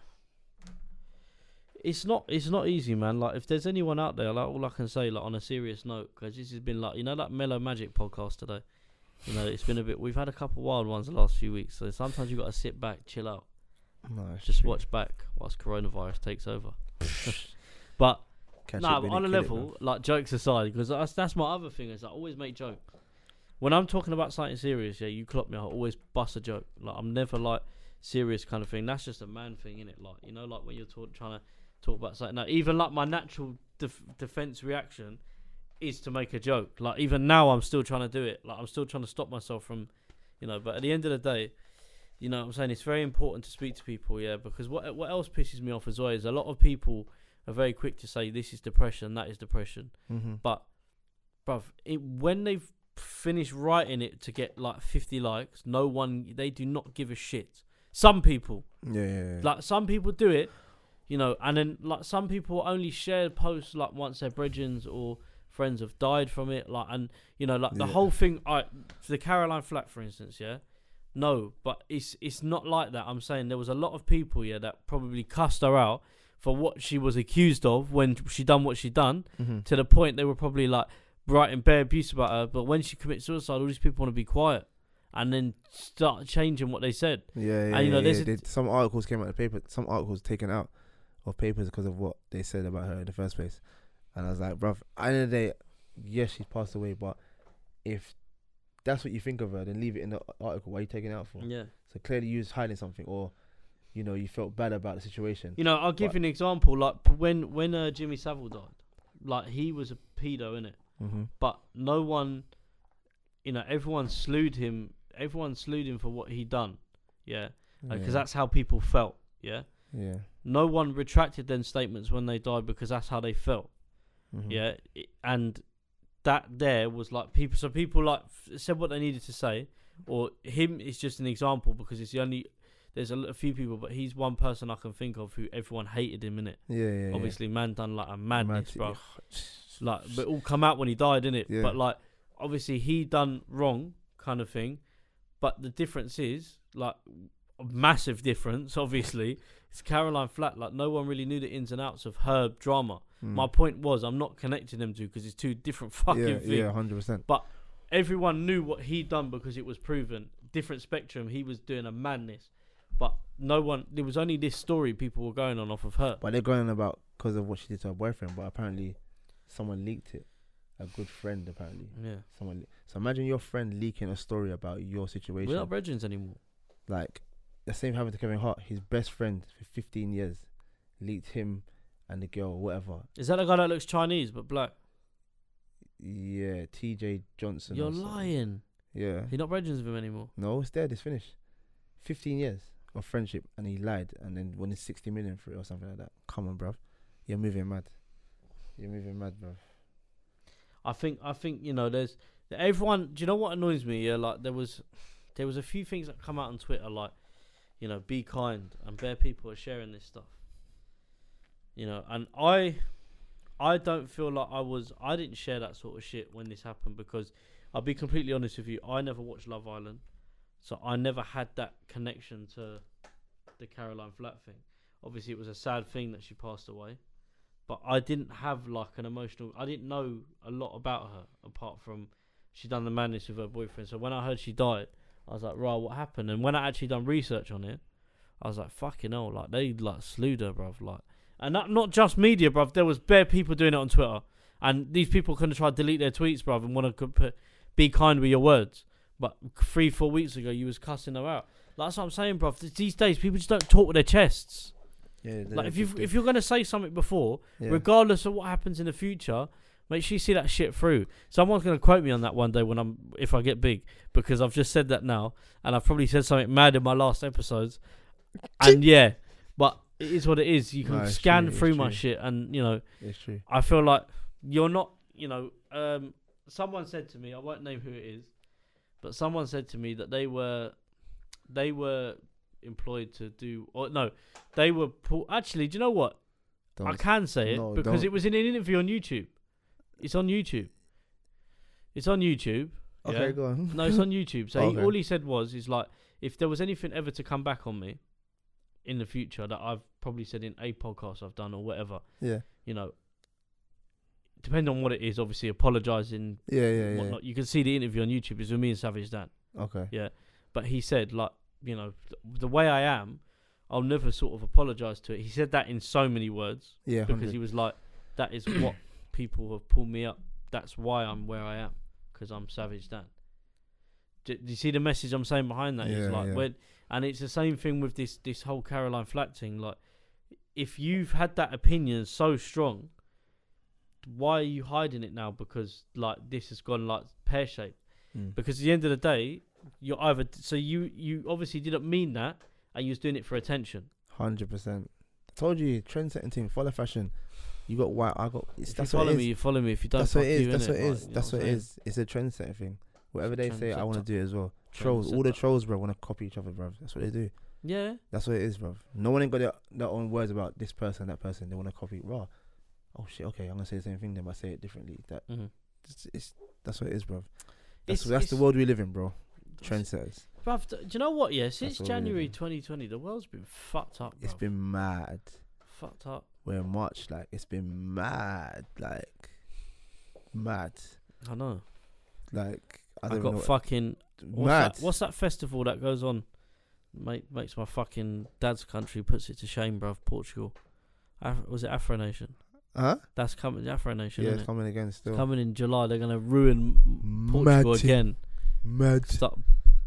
[SPEAKER 2] it's not, it's not easy, man. Like, if there's anyone out there, like, all I can say, like, on a serious note, because this has been like, you know, that Mellow Magic podcast today. You know, it's been a bit. We've had a couple wild ones the last few weeks, so sometimes you got to sit back, chill out,
[SPEAKER 1] no, it's
[SPEAKER 2] just
[SPEAKER 1] true.
[SPEAKER 2] watch back whilst coronavirus takes over. but
[SPEAKER 1] Catch
[SPEAKER 2] No, but
[SPEAKER 1] it, win
[SPEAKER 2] on
[SPEAKER 1] it,
[SPEAKER 2] a
[SPEAKER 1] kill it,
[SPEAKER 2] level,
[SPEAKER 1] bro.
[SPEAKER 2] like jokes aside, because that's, that's my other thing is I always make jokes. When I'm talking about something serious, yeah, you clock me. I always bust a joke. Like I'm never like serious kind of thing. That's just a man thing, innit? Like you know, like when you're talk, trying to talk about something. Now, even like my natural def- defense reaction is to make a joke. Like even now, I'm still trying to do it. Like I'm still trying to stop myself from, you know. But at the end of the day, you know, what I'm saying it's very important to speak to people, yeah, because what what else pisses me off as well is a lot of people are very quick to say this is depression, that is depression.
[SPEAKER 1] Mhm.
[SPEAKER 2] But, bruv, it, when they've finished writing it to get like 50 likes, no one, they do not give a shit. Some people,
[SPEAKER 1] yeah, yeah, yeah.
[SPEAKER 2] like some people do it, you know, and then like some people only share posts like once their brethrens or friends have died from it, like, and you know, like the
[SPEAKER 1] Yeah.
[SPEAKER 2] whole thing, I, the Caroline Flack, for instance, yeah. No, but it's it's not like that. I'm saying there was a lot of people, yeah, that probably cussed her out for what she was accused of when she done what she done,
[SPEAKER 1] Mhm.
[SPEAKER 2] to the point they were probably like writing bare abuse about her. But when she commits suicide, all these people want to be quiet and then start changing what they said.
[SPEAKER 1] yeah, yeah.
[SPEAKER 2] and, you know,
[SPEAKER 1] yeah,
[SPEAKER 2] there's
[SPEAKER 1] yeah.
[SPEAKER 2] a-
[SPEAKER 1] They- some articles came out of the paper. Some articles taken out of papers because of what they said about her in the first place. And I was like, bruv, at the end of the day, yes, she's passed away, but if that's what you think of her, then leave it in the article. Why are you taking it out for?
[SPEAKER 2] Yeah,
[SPEAKER 1] So clearly, you was hiding something, or you know, you felt bad about the situation.
[SPEAKER 2] you know, I'll give
[SPEAKER 1] Right.
[SPEAKER 2] you an example. Like p- when when uh, Jimmy Savile died, like he was a pedo in it,
[SPEAKER 1] Mm-hmm.
[SPEAKER 2] but no one, you know, everyone slewed him. Everyone slewed him for what he done. Yeah, because that's how people felt. Yeah,
[SPEAKER 1] yeah,
[SPEAKER 2] no one retracted them statements when they died because that's how they felt.
[SPEAKER 1] Mhm.
[SPEAKER 2] yeah i- and that there was like people so people like f- said what they needed to say or him is just an example because it's the only there's a, l- a few people but he's one person i can think of who everyone hated him in it
[SPEAKER 1] yeah, yeah. yeah.
[SPEAKER 2] obviously man done like a madness bro
[SPEAKER 1] Mad-
[SPEAKER 2] like but it all come out when he died innit?
[SPEAKER 1] Yeah.
[SPEAKER 2] but like obviously he done wrong kind of thing but the difference is like a massive difference obviously it's caroline flat like no one really knew the ins and outs of her drama
[SPEAKER 1] Mm.
[SPEAKER 2] my point was, I'm not connecting them two because it's two different fucking
[SPEAKER 1] yeah,
[SPEAKER 2] things.
[SPEAKER 1] yeah, hundred percent.
[SPEAKER 2] Everyone knew what he'd done because it was proven. Different spectrum. He was doing a madness, but no one. There was only this story people were going on off of her.
[SPEAKER 1] But they're going about because of what she did to her boyfriend. But apparently, someone leaked it. A good friend, apparently.
[SPEAKER 2] Yeah,
[SPEAKER 1] Someone. Le- so imagine your friend leaking a story about your
[SPEAKER 2] we're
[SPEAKER 1] situation.
[SPEAKER 2] not brethrens anymore.
[SPEAKER 1] like the same happened to Kevin Hart. His best friend for 15 years leaked him and the girl, whatever.
[SPEAKER 2] Is that the guy that looks Chinese but black?
[SPEAKER 1] Yeah, T.J. Johnson. or
[SPEAKER 2] You're
[SPEAKER 1] something.
[SPEAKER 2] lying.
[SPEAKER 1] Yeah.
[SPEAKER 2] You're not brethren with him anymore.
[SPEAKER 1] No, it's dead. It's finished. Fifteen years of friendship, and he lied, and then wanted sixty million for it or something like that. Come on, bruv. You're moving mad. You're moving mad, bruv.
[SPEAKER 2] I think I think you know there's everyone. Do you know what annoys me? Yeah, like there was there was a few things that come out on Twitter like you know be kind and bare people are sharing this stuff. You know, and I I don't feel like I was I didn't share that sort of shit when this happened because I'll be completely honest with you. I never watched Love Island, so I never had that connection to the Caroline Flat thing. Obviously, it was a sad thing that she passed away but I didn't have like an emotional. I didn't know a lot about her apart from she done the madness with her boyfriend. So when I heard she died, I was like, right, what happened? And when I actually done research on it, I was like, fucking hell, like they like slewed her, bruv. Like, and that, not just media, bruv. There was bare people doing it on Twitter, and these people couldn't try to delete their tweets, bruv, and want to put be kind with your words. But three, four weeks ago, you was cussing her out. Like, that's what I'm saying, bruv. Th- These days, people just don't talk with their chests.
[SPEAKER 1] Yeah.
[SPEAKER 2] Like, if you if you're gonna say something before, regardless of what happens in the future. Make sure you see that shit through. Someone's gonna quote me on that one day when I'm if I get big because I've just said that now and I've probably said something mad in my last episodes. And yeah, but it is what it is. You can
[SPEAKER 1] No, it's
[SPEAKER 2] scan
[SPEAKER 1] true, it's
[SPEAKER 2] through my
[SPEAKER 1] true.
[SPEAKER 2] shit and you know
[SPEAKER 1] it's true.
[SPEAKER 2] I feel like you're not, you know, um, someone said to me, I won't name who it is, but someone said to me that they were, they were employed to do, or no, they were, pu- actually, do you know what?
[SPEAKER 1] Don't.
[SPEAKER 2] I can say it
[SPEAKER 1] No,
[SPEAKER 2] because
[SPEAKER 1] don't.
[SPEAKER 2] it was in an interview on YouTube. It's on YouTube. It's on YouTube.
[SPEAKER 1] okay,
[SPEAKER 2] yeah?
[SPEAKER 1] go on.
[SPEAKER 2] No, it's on YouTube. So he,
[SPEAKER 1] Okay.
[SPEAKER 2] all he said was, "Is like if there was anything ever to come back on me in the future that I've probably said in a podcast I've done or whatever,
[SPEAKER 1] Yeah.
[SPEAKER 2] you know, depending on what it is, obviously apologizing,
[SPEAKER 1] Yeah, yeah, yeah.
[SPEAKER 2] whatnot. You can see the interview on YouTube. It's with me and Savage Dan.
[SPEAKER 1] Okay.
[SPEAKER 2] But he said, like, you know, th- the way I am, I'll never sort of apologize to it. He said that in so many words
[SPEAKER 1] Yeah.
[SPEAKER 2] because
[SPEAKER 1] 100.
[SPEAKER 2] he was like, that is what people have pulled me up. That's why I'm where I am because I'm Savage Dan. Do, do you see the message I'm saying behind that? It's
[SPEAKER 1] Yeah,
[SPEAKER 2] like
[SPEAKER 1] yeah.
[SPEAKER 2] when, and it's the same thing with this this whole Caroline Flack thing. Like, if you've had that opinion so strong, why are you hiding it now? Because like this has gone like pear shaped
[SPEAKER 1] Mm.
[SPEAKER 2] because at the end of the day you're either so you you obviously didn't mean that and you was doing it for attention
[SPEAKER 1] Hundred percent. Told you, trend setting team, follow fashion. You got white. I got. It's,
[SPEAKER 2] if you
[SPEAKER 1] that's what
[SPEAKER 2] follow
[SPEAKER 1] it is.
[SPEAKER 2] me you follow me if you don't
[SPEAKER 1] That's what
[SPEAKER 2] fuck
[SPEAKER 1] it is.
[SPEAKER 2] you,
[SPEAKER 1] That's
[SPEAKER 2] innit?
[SPEAKER 1] what it
[SPEAKER 2] Like,
[SPEAKER 1] is.
[SPEAKER 2] you know
[SPEAKER 1] That's
[SPEAKER 2] what
[SPEAKER 1] what it
[SPEAKER 2] I'm
[SPEAKER 1] is. It's a trend setting thing. Whatever they
[SPEAKER 2] Trend
[SPEAKER 1] say, I want to
[SPEAKER 2] setter.
[SPEAKER 1] do it as well.
[SPEAKER 2] Trend
[SPEAKER 1] Trolls, all the
[SPEAKER 2] setter.
[SPEAKER 1] trolls, bro, want to copy each other, bro. That's what they do.
[SPEAKER 2] saying?
[SPEAKER 1] That's what it is, bro. No one ain't got their, their own words about this person, that person. They want to copy raw. Oh shit. Okay, I'm gonna say the same thing, then, but say it differently. That
[SPEAKER 2] yeah mm-hmm.
[SPEAKER 1] it's, it's that's what it is, bro. That's,
[SPEAKER 2] It's-
[SPEAKER 1] that's the
[SPEAKER 2] it's-
[SPEAKER 1] world we live in, bro. Trendsetters.
[SPEAKER 2] bruv do you know what yeah since
[SPEAKER 1] what it is,
[SPEAKER 2] January
[SPEAKER 1] yeah.
[SPEAKER 2] 2020 the world's been fucked up
[SPEAKER 1] It's
[SPEAKER 2] bruv.
[SPEAKER 1] been mad.
[SPEAKER 2] fucked up
[SPEAKER 1] We're in March, like it's been mad, like mad,
[SPEAKER 2] I know
[SPEAKER 1] like I
[SPEAKER 2] I,
[SPEAKER 1] don't
[SPEAKER 2] got
[SPEAKER 1] know.
[SPEAKER 2] fucking what's
[SPEAKER 1] mad.
[SPEAKER 2] that, what's that festival that goes on Make, makes my fucking dad's country puts it to shame bruv Portugal Af- was it Afro Nation
[SPEAKER 1] Huh?
[SPEAKER 2] that's coming Afro Nation
[SPEAKER 1] Yeah,
[SPEAKER 2] innit?
[SPEAKER 1] it's coming again still.
[SPEAKER 2] coming in July. They're gonna ruin Portugal
[SPEAKER 1] Mad.
[SPEAKER 2] again.
[SPEAKER 1] Mad.
[SPEAKER 2] Start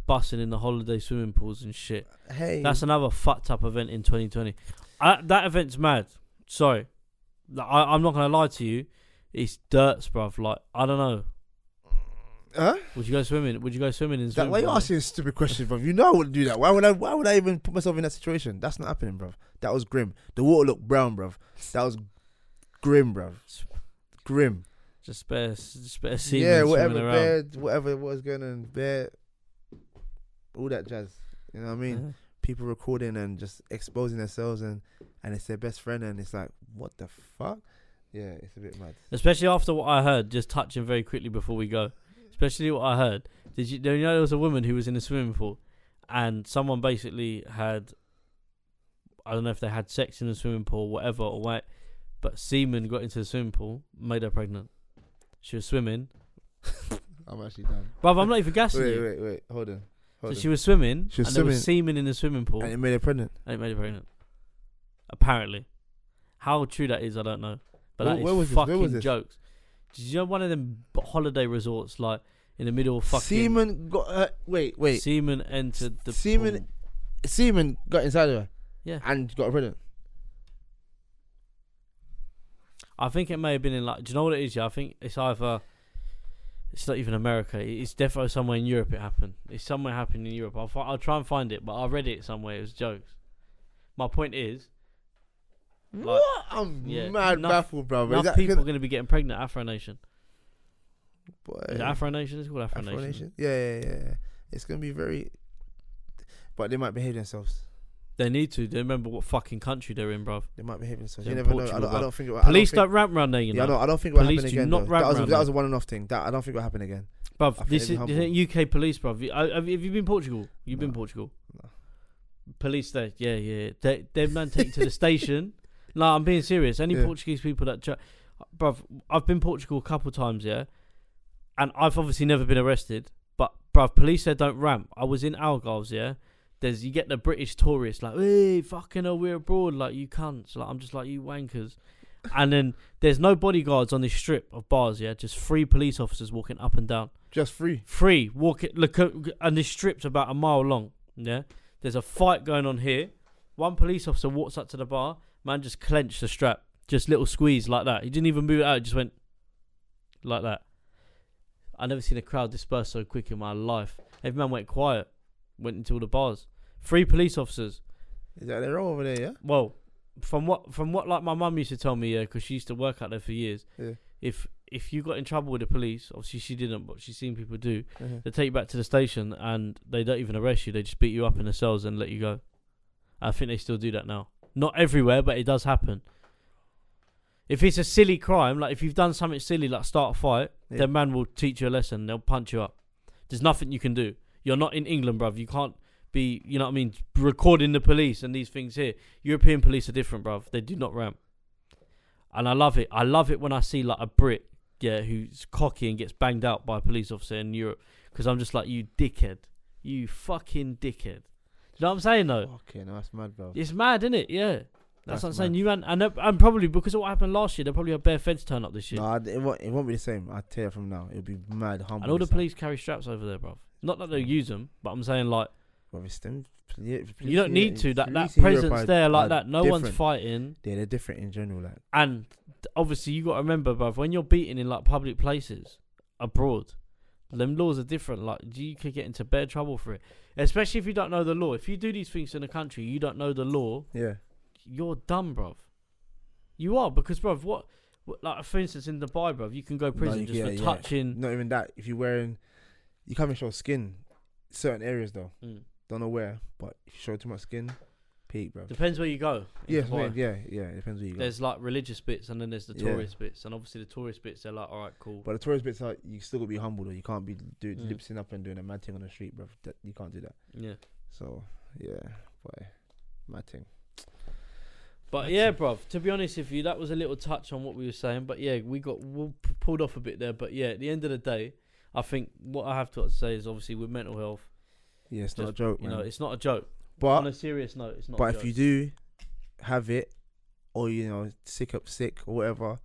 [SPEAKER 2] busting in the holiday swimming pools and shit.
[SPEAKER 1] Hey.
[SPEAKER 2] That's another fucked up event in 2020. Uh, that event's mad. Sorry, Like, I, I'm not gonna lie to you. It's dirts, bruv. Like I don't know.
[SPEAKER 1] huh?
[SPEAKER 2] Would you go swimming? Would you go swimming in?
[SPEAKER 1] That,
[SPEAKER 2] swimming
[SPEAKER 1] why you
[SPEAKER 2] pools?
[SPEAKER 1] asking a stupid question, bro? You know I wouldn't do that. Why would I? Why would I even put myself in that situation? That's not happening, bro. That was grim. The water looked brown, bro. That was grim, bro. Grim.
[SPEAKER 2] Just spare, spare semen
[SPEAKER 1] yeah,
[SPEAKER 2] swimming
[SPEAKER 1] whatever,
[SPEAKER 2] around.
[SPEAKER 1] bear, whatever was going on, bear, all that jazz. You know what I mean?
[SPEAKER 2] Yeah.
[SPEAKER 1] people recording and just exposing themselves and and it's their best friend and it's like what the fuck yeah it's a bit mad
[SPEAKER 2] Especially after what I heard, just touching very quickly before we go. Especially what I heard. Did you, do you know there was a woman who was in a swimming pool and someone basically had, I don't know if they had sex in the swimming pool or whatever, or what, but semen got into the swimming pool, made her pregnant. She was swimming.
[SPEAKER 1] i'm actually done
[SPEAKER 2] Bruv, I'm not even gassing
[SPEAKER 1] wait
[SPEAKER 2] you.
[SPEAKER 1] wait wait hold on
[SPEAKER 2] So
[SPEAKER 1] hold
[SPEAKER 2] she was swimming
[SPEAKER 1] She was
[SPEAKER 2] and there was semen in the swimming pool
[SPEAKER 1] on and it made her pregnant
[SPEAKER 2] and it made her pregnant. Apparently. How true that is, I don't know. But
[SPEAKER 1] Where-
[SPEAKER 2] that is
[SPEAKER 1] where was this? Where
[SPEAKER 2] fucking
[SPEAKER 1] was this?
[SPEAKER 2] jokes. Did you know one of them b- holiday resorts, like in the middle of fucking
[SPEAKER 1] semen got her wait wait
[SPEAKER 2] Seaman entered the
[SPEAKER 1] Seaman-
[SPEAKER 2] pool.
[SPEAKER 1] semen got inside of her
[SPEAKER 2] Yeah.
[SPEAKER 1] and got her pregnant
[SPEAKER 2] I think it may have been in like. Do you know what it is? Yeah, I think it's either It's not even America. It- It's defo somewhere in Europe. It happened. It's somewhere happened in Europe. I'll, fi- I'll try and find it, but I read it somewhere. It was jokes. My point is, Like-
[SPEAKER 1] what? I'm
[SPEAKER 2] Yeah,
[SPEAKER 1] mad
[SPEAKER 2] enough-
[SPEAKER 1] baffled, brother. Oh, Is
[SPEAKER 2] enough
[SPEAKER 1] that
[SPEAKER 2] people are
[SPEAKER 1] people,
[SPEAKER 2] going to be getting pregnant. Afro Nation.
[SPEAKER 1] boy,
[SPEAKER 2] Is it Afro Nation? It's called Afro,
[SPEAKER 1] Afro
[SPEAKER 2] Nation.
[SPEAKER 1] Nation? Yeah, yeah, yeah, yeah. It's gonna be very. But they might behave themselves.
[SPEAKER 2] They need to. They remember what fucking country they're in, bruv.
[SPEAKER 1] They might behave themselves.
[SPEAKER 2] Yeah,
[SPEAKER 1] you never
[SPEAKER 2] Portugal,
[SPEAKER 1] know. I don't, I
[SPEAKER 2] bruv.
[SPEAKER 1] don't think. it will- I don't
[SPEAKER 2] Police
[SPEAKER 1] think-
[SPEAKER 2] don't ramp round there, you know.
[SPEAKER 1] Yeah, no, I don't think it will
[SPEAKER 2] Police
[SPEAKER 1] happen
[SPEAKER 2] do
[SPEAKER 1] again.
[SPEAKER 2] not
[SPEAKER 1] though.
[SPEAKER 2] rap
[SPEAKER 1] That was,
[SPEAKER 2] round
[SPEAKER 1] that
[SPEAKER 2] them.
[SPEAKER 1] was a one-off thing. That I don't think it will happen again.
[SPEAKER 2] Bruv,
[SPEAKER 1] think
[SPEAKER 2] this is
[SPEAKER 1] they've been
[SPEAKER 2] this
[SPEAKER 1] humble.
[SPEAKER 2] ain't UK police, bruv. You- I- Have, have you been Portugal? You've been
[SPEAKER 1] No.
[SPEAKER 2] Portugal.
[SPEAKER 1] No.
[SPEAKER 2] Police there, yeah, yeah. They they man take you to the station. No, I'm being serious. Any
[SPEAKER 1] Yeah.
[SPEAKER 2] Portuguese people that, ju- bruv, I've been Portugal a couple times, yeah, and I've obviously never been arrested. But bruv, police there don't ramp. I was in Algarves, yeah. There's you get the British tourists like, hey, fucking, hell, we're abroad, like you cunts. Like I'm just like you wankers. And then there's no bodyguards on this strip of bars, yeah. Just three police officers walking up and down.
[SPEAKER 1] Just free.
[SPEAKER 2] Free walking. Look, at- and this strip's about a mile long. Yeah, there's a fight going on here. One police officer walks up to the bar. Man, just clenched the strap, just little squeeze like that. He didn't even move it out. He just went like that. I never seen a crowd disperse so quick in my life. Every man went quiet, went into all the bars. Three police officers.
[SPEAKER 1] Is that they're all over there? Yeah.
[SPEAKER 2] Well, from what from what like my mum used to tell me, because she used to work out there for years.
[SPEAKER 1] Yeah.
[SPEAKER 2] If if you got in trouble with the police, obviously she didn't, but she's seen people do.
[SPEAKER 1] Uh-huh.
[SPEAKER 2] They take you back to the station and they don't even arrest you. They just beat you up in the cells and let you go. I think they still do that now. Not everywhere, but it does happen. If it's a silly crime, like if you've done something silly, like start a fight,
[SPEAKER 1] Yeah.
[SPEAKER 2] then man will teach you a lesson. They'll punch you up. There's nothing you can do. You're not in England, bruv. You can't be, you know what I mean, recording the police and these things here. European police are different, bruv. They do not ramp. And I love it. I love it when I see like a Brit, yeah, who's cocky and gets banged out by a police officer in Europe. Because I'm just like, you dickhead. You fucking dickhead. You know what I'm saying, though?
[SPEAKER 1] Okay, no, that's mad, bro.
[SPEAKER 2] It's mad, isn't it? Yeah. That's,
[SPEAKER 1] That's
[SPEAKER 2] what I'm saying.
[SPEAKER 1] mad.
[SPEAKER 2] You and, and and probably because of what happened last year, they probably had bare feds turn up this year.
[SPEAKER 1] No, I, it won't. It won't be the same. I tell you from now, it'll be mad humble.
[SPEAKER 2] and all the
[SPEAKER 1] and stuff.
[SPEAKER 2] police carry straps over there, bruv. Not that they use them, but I'm saying like
[SPEAKER 1] Well, it's them poli- police
[SPEAKER 2] you don't
[SPEAKER 1] in-
[SPEAKER 2] need to. That that
[SPEAKER 1] police in Europe
[SPEAKER 2] presence
[SPEAKER 1] are-
[SPEAKER 2] there, like
[SPEAKER 1] are
[SPEAKER 2] that. No one's
[SPEAKER 1] different.
[SPEAKER 2] fighting,
[SPEAKER 1] Yeah, they're different in general. Like,
[SPEAKER 2] and th- obviously you got to remember, bruv, when you're beating in like public places abroad, them laws are different. Like you could get into bare trouble for it, especially if you don't know the law. If you do these things in a country, you don't know the law.
[SPEAKER 1] yeah,
[SPEAKER 2] you're dumb, bruv. You are because, bruv, what, what like for instance in Dubai, bruv, you can go prison
[SPEAKER 1] you-
[SPEAKER 2] just
[SPEAKER 1] yeah,
[SPEAKER 2] for
[SPEAKER 1] yeah.
[SPEAKER 2] touching.
[SPEAKER 1] Mm. not even that. If you're wearing, you can't even show skin. Certain areas though,
[SPEAKER 2] Mm.
[SPEAKER 1] don't know where, but if you show too much skin, peak, bro.
[SPEAKER 2] Depends where you go. in
[SPEAKER 1] Yeah,
[SPEAKER 2] Dubai.
[SPEAKER 1] yeah, yeah, yeah. It depends where you go.
[SPEAKER 2] There's like religious bits and then there's the
[SPEAKER 1] Yeah.
[SPEAKER 2] tourist bits, and obviously the tourist bits they're like, all right, cool.
[SPEAKER 1] but the tourist bits are you still gotta be humble though. You can't be do,
[SPEAKER 2] Mm.
[SPEAKER 1] lipsing up and doing a mad thing on the street, bro. That, you can't do that.
[SPEAKER 2] yeah,
[SPEAKER 1] So yeah, boy, mad thing.
[SPEAKER 2] but
[SPEAKER 1] That's
[SPEAKER 2] yeah,
[SPEAKER 1] it.
[SPEAKER 2] bruv. To be honest with you, that was a little touch on what we were saying, but yeah, we got we pulled off a bit there. But yeah, at the end of the day, I think what I have to say is obviously with mental health,
[SPEAKER 1] Yeah, it's not a
[SPEAKER 2] Just,
[SPEAKER 1] joke,
[SPEAKER 2] you
[SPEAKER 1] man.
[SPEAKER 2] know, it's not a joke.
[SPEAKER 1] but
[SPEAKER 2] on a serious note, it's not. a
[SPEAKER 1] But if
[SPEAKER 2] joke.
[SPEAKER 1] you do have it, or you know, sick up sick or whatever,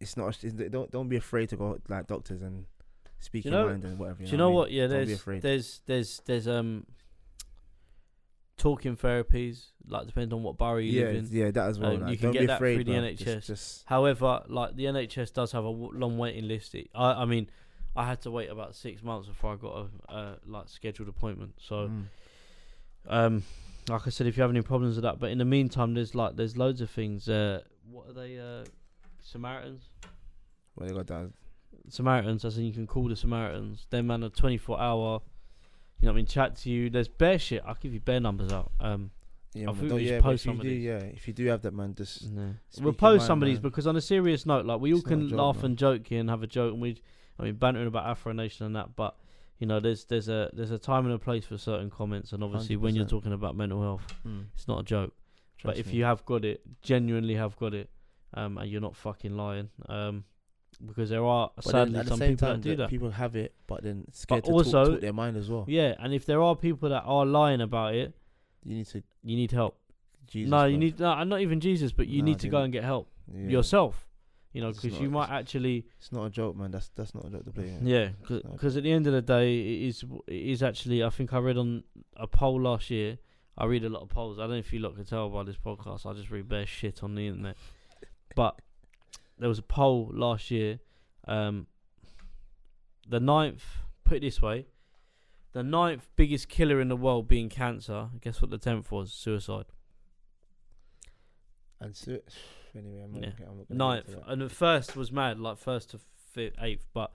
[SPEAKER 1] it's not. It's, don't don't be afraid to go like doctors and speak
[SPEAKER 2] Do you
[SPEAKER 1] your
[SPEAKER 2] know-
[SPEAKER 1] mind and whatever.
[SPEAKER 2] Do you know
[SPEAKER 1] I mean?
[SPEAKER 2] what? Yeah,
[SPEAKER 1] Don't be
[SPEAKER 2] there's
[SPEAKER 1] afraid.
[SPEAKER 2] there's there's there's um talking therapies. Like depends on what borough you
[SPEAKER 1] Yeah,
[SPEAKER 2] live in.
[SPEAKER 1] yeah, that as well.
[SPEAKER 2] Um,
[SPEAKER 1] like,
[SPEAKER 2] you can
[SPEAKER 1] don't
[SPEAKER 2] get
[SPEAKER 1] be
[SPEAKER 2] that
[SPEAKER 1] afraid,
[SPEAKER 2] through the
[SPEAKER 1] bro.
[SPEAKER 2] NHS.
[SPEAKER 1] Just, just
[SPEAKER 2] However, like the NHS does have a w- long waiting list. It, I I mean, I had to wait about six months before I got a uh, like scheduled appointment. So
[SPEAKER 1] mm.
[SPEAKER 2] um, like I said, if you have any problems with that, but in the meantime, there's like there's loads of things. Uh, what are they? Uh, Samaritans.
[SPEAKER 1] well, they got that.
[SPEAKER 2] Samaritans, as in you can call the Samaritans. Their man a 24 hour, you know what I mean, chat to you. There's bear shit. I'll give you bear numbers out. Um,
[SPEAKER 1] Yeah,
[SPEAKER 2] I
[SPEAKER 1] man,
[SPEAKER 2] think we
[SPEAKER 1] don't-
[SPEAKER 2] should
[SPEAKER 1] yeah, but
[SPEAKER 2] post
[SPEAKER 1] if you
[SPEAKER 2] some of
[SPEAKER 1] do,
[SPEAKER 2] these.
[SPEAKER 1] yeah, if you do have that, man, just
[SPEAKER 2] no.
[SPEAKER 1] Speak
[SPEAKER 2] We'll
[SPEAKER 1] your
[SPEAKER 2] post
[SPEAKER 1] mind,
[SPEAKER 2] some of these
[SPEAKER 1] man.
[SPEAKER 2] because on a serious note, like we all
[SPEAKER 1] It's not a
[SPEAKER 2] can
[SPEAKER 1] joke,
[SPEAKER 2] laugh
[SPEAKER 1] man.
[SPEAKER 2] and joke here and have a joke and we, I mean, bantering about Afro Nation and that, but. You know, there's there's a there's a time and a place for certain comments, and obviously when you're
[SPEAKER 1] 100%.
[SPEAKER 2] talking about mental health,
[SPEAKER 1] mm,
[SPEAKER 2] it's not a joke. but
[SPEAKER 1] trust
[SPEAKER 2] if
[SPEAKER 1] me.
[SPEAKER 2] you have got it, genuinely have got it, um, and you're not fucking lying, um, because there are
[SPEAKER 1] But then
[SPEAKER 2] sadly
[SPEAKER 1] at the
[SPEAKER 2] some
[SPEAKER 1] same
[SPEAKER 2] people
[SPEAKER 1] time,
[SPEAKER 2] that do
[SPEAKER 1] that
[SPEAKER 2] that.
[SPEAKER 1] people have it, but then scared to
[SPEAKER 2] also-
[SPEAKER 1] talk, talk their mind as well.
[SPEAKER 2] Yeah, and if there are people that are lying about it,
[SPEAKER 1] You need to,
[SPEAKER 2] you need help.
[SPEAKER 1] Jesus,
[SPEAKER 2] no, you
[SPEAKER 1] bro.
[SPEAKER 2] need no, not even Jesus, but you
[SPEAKER 1] Nah,
[SPEAKER 2] need to go
[SPEAKER 1] dude.
[SPEAKER 2] and get help
[SPEAKER 1] Yeah.
[SPEAKER 2] yourself. You know,
[SPEAKER 1] It's
[SPEAKER 2] because
[SPEAKER 1] not-
[SPEAKER 2] you might
[SPEAKER 1] it's-
[SPEAKER 2] actually,
[SPEAKER 1] It's not a joke, man. That's that's not a joke to play. with.
[SPEAKER 2] yeah,
[SPEAKER 1] not-
[SPEAKER 2] because at the end of the day, it is it is actually. I think I read on a poll last year. I read a lot of polls. I don't know if you lot can tell by this podcast. I just read bare shit on the internet. But there was a poll last year. Um, the ninth, put it this way, the ninth biggest killer in the world being cancer. Guess what the tenth was? Suicide.
[SPEAKER 1] And so, anyway, I'm not,
[SPEAKER 2] Yeah. uh,
[SPEAKER 1] gonna- I'm not gonna get
[SPEAKER 2] Ninth.
[SPEAKER 1] into that.
[SPEAKER 2] And the first was mad, like first to fifth, eighth. But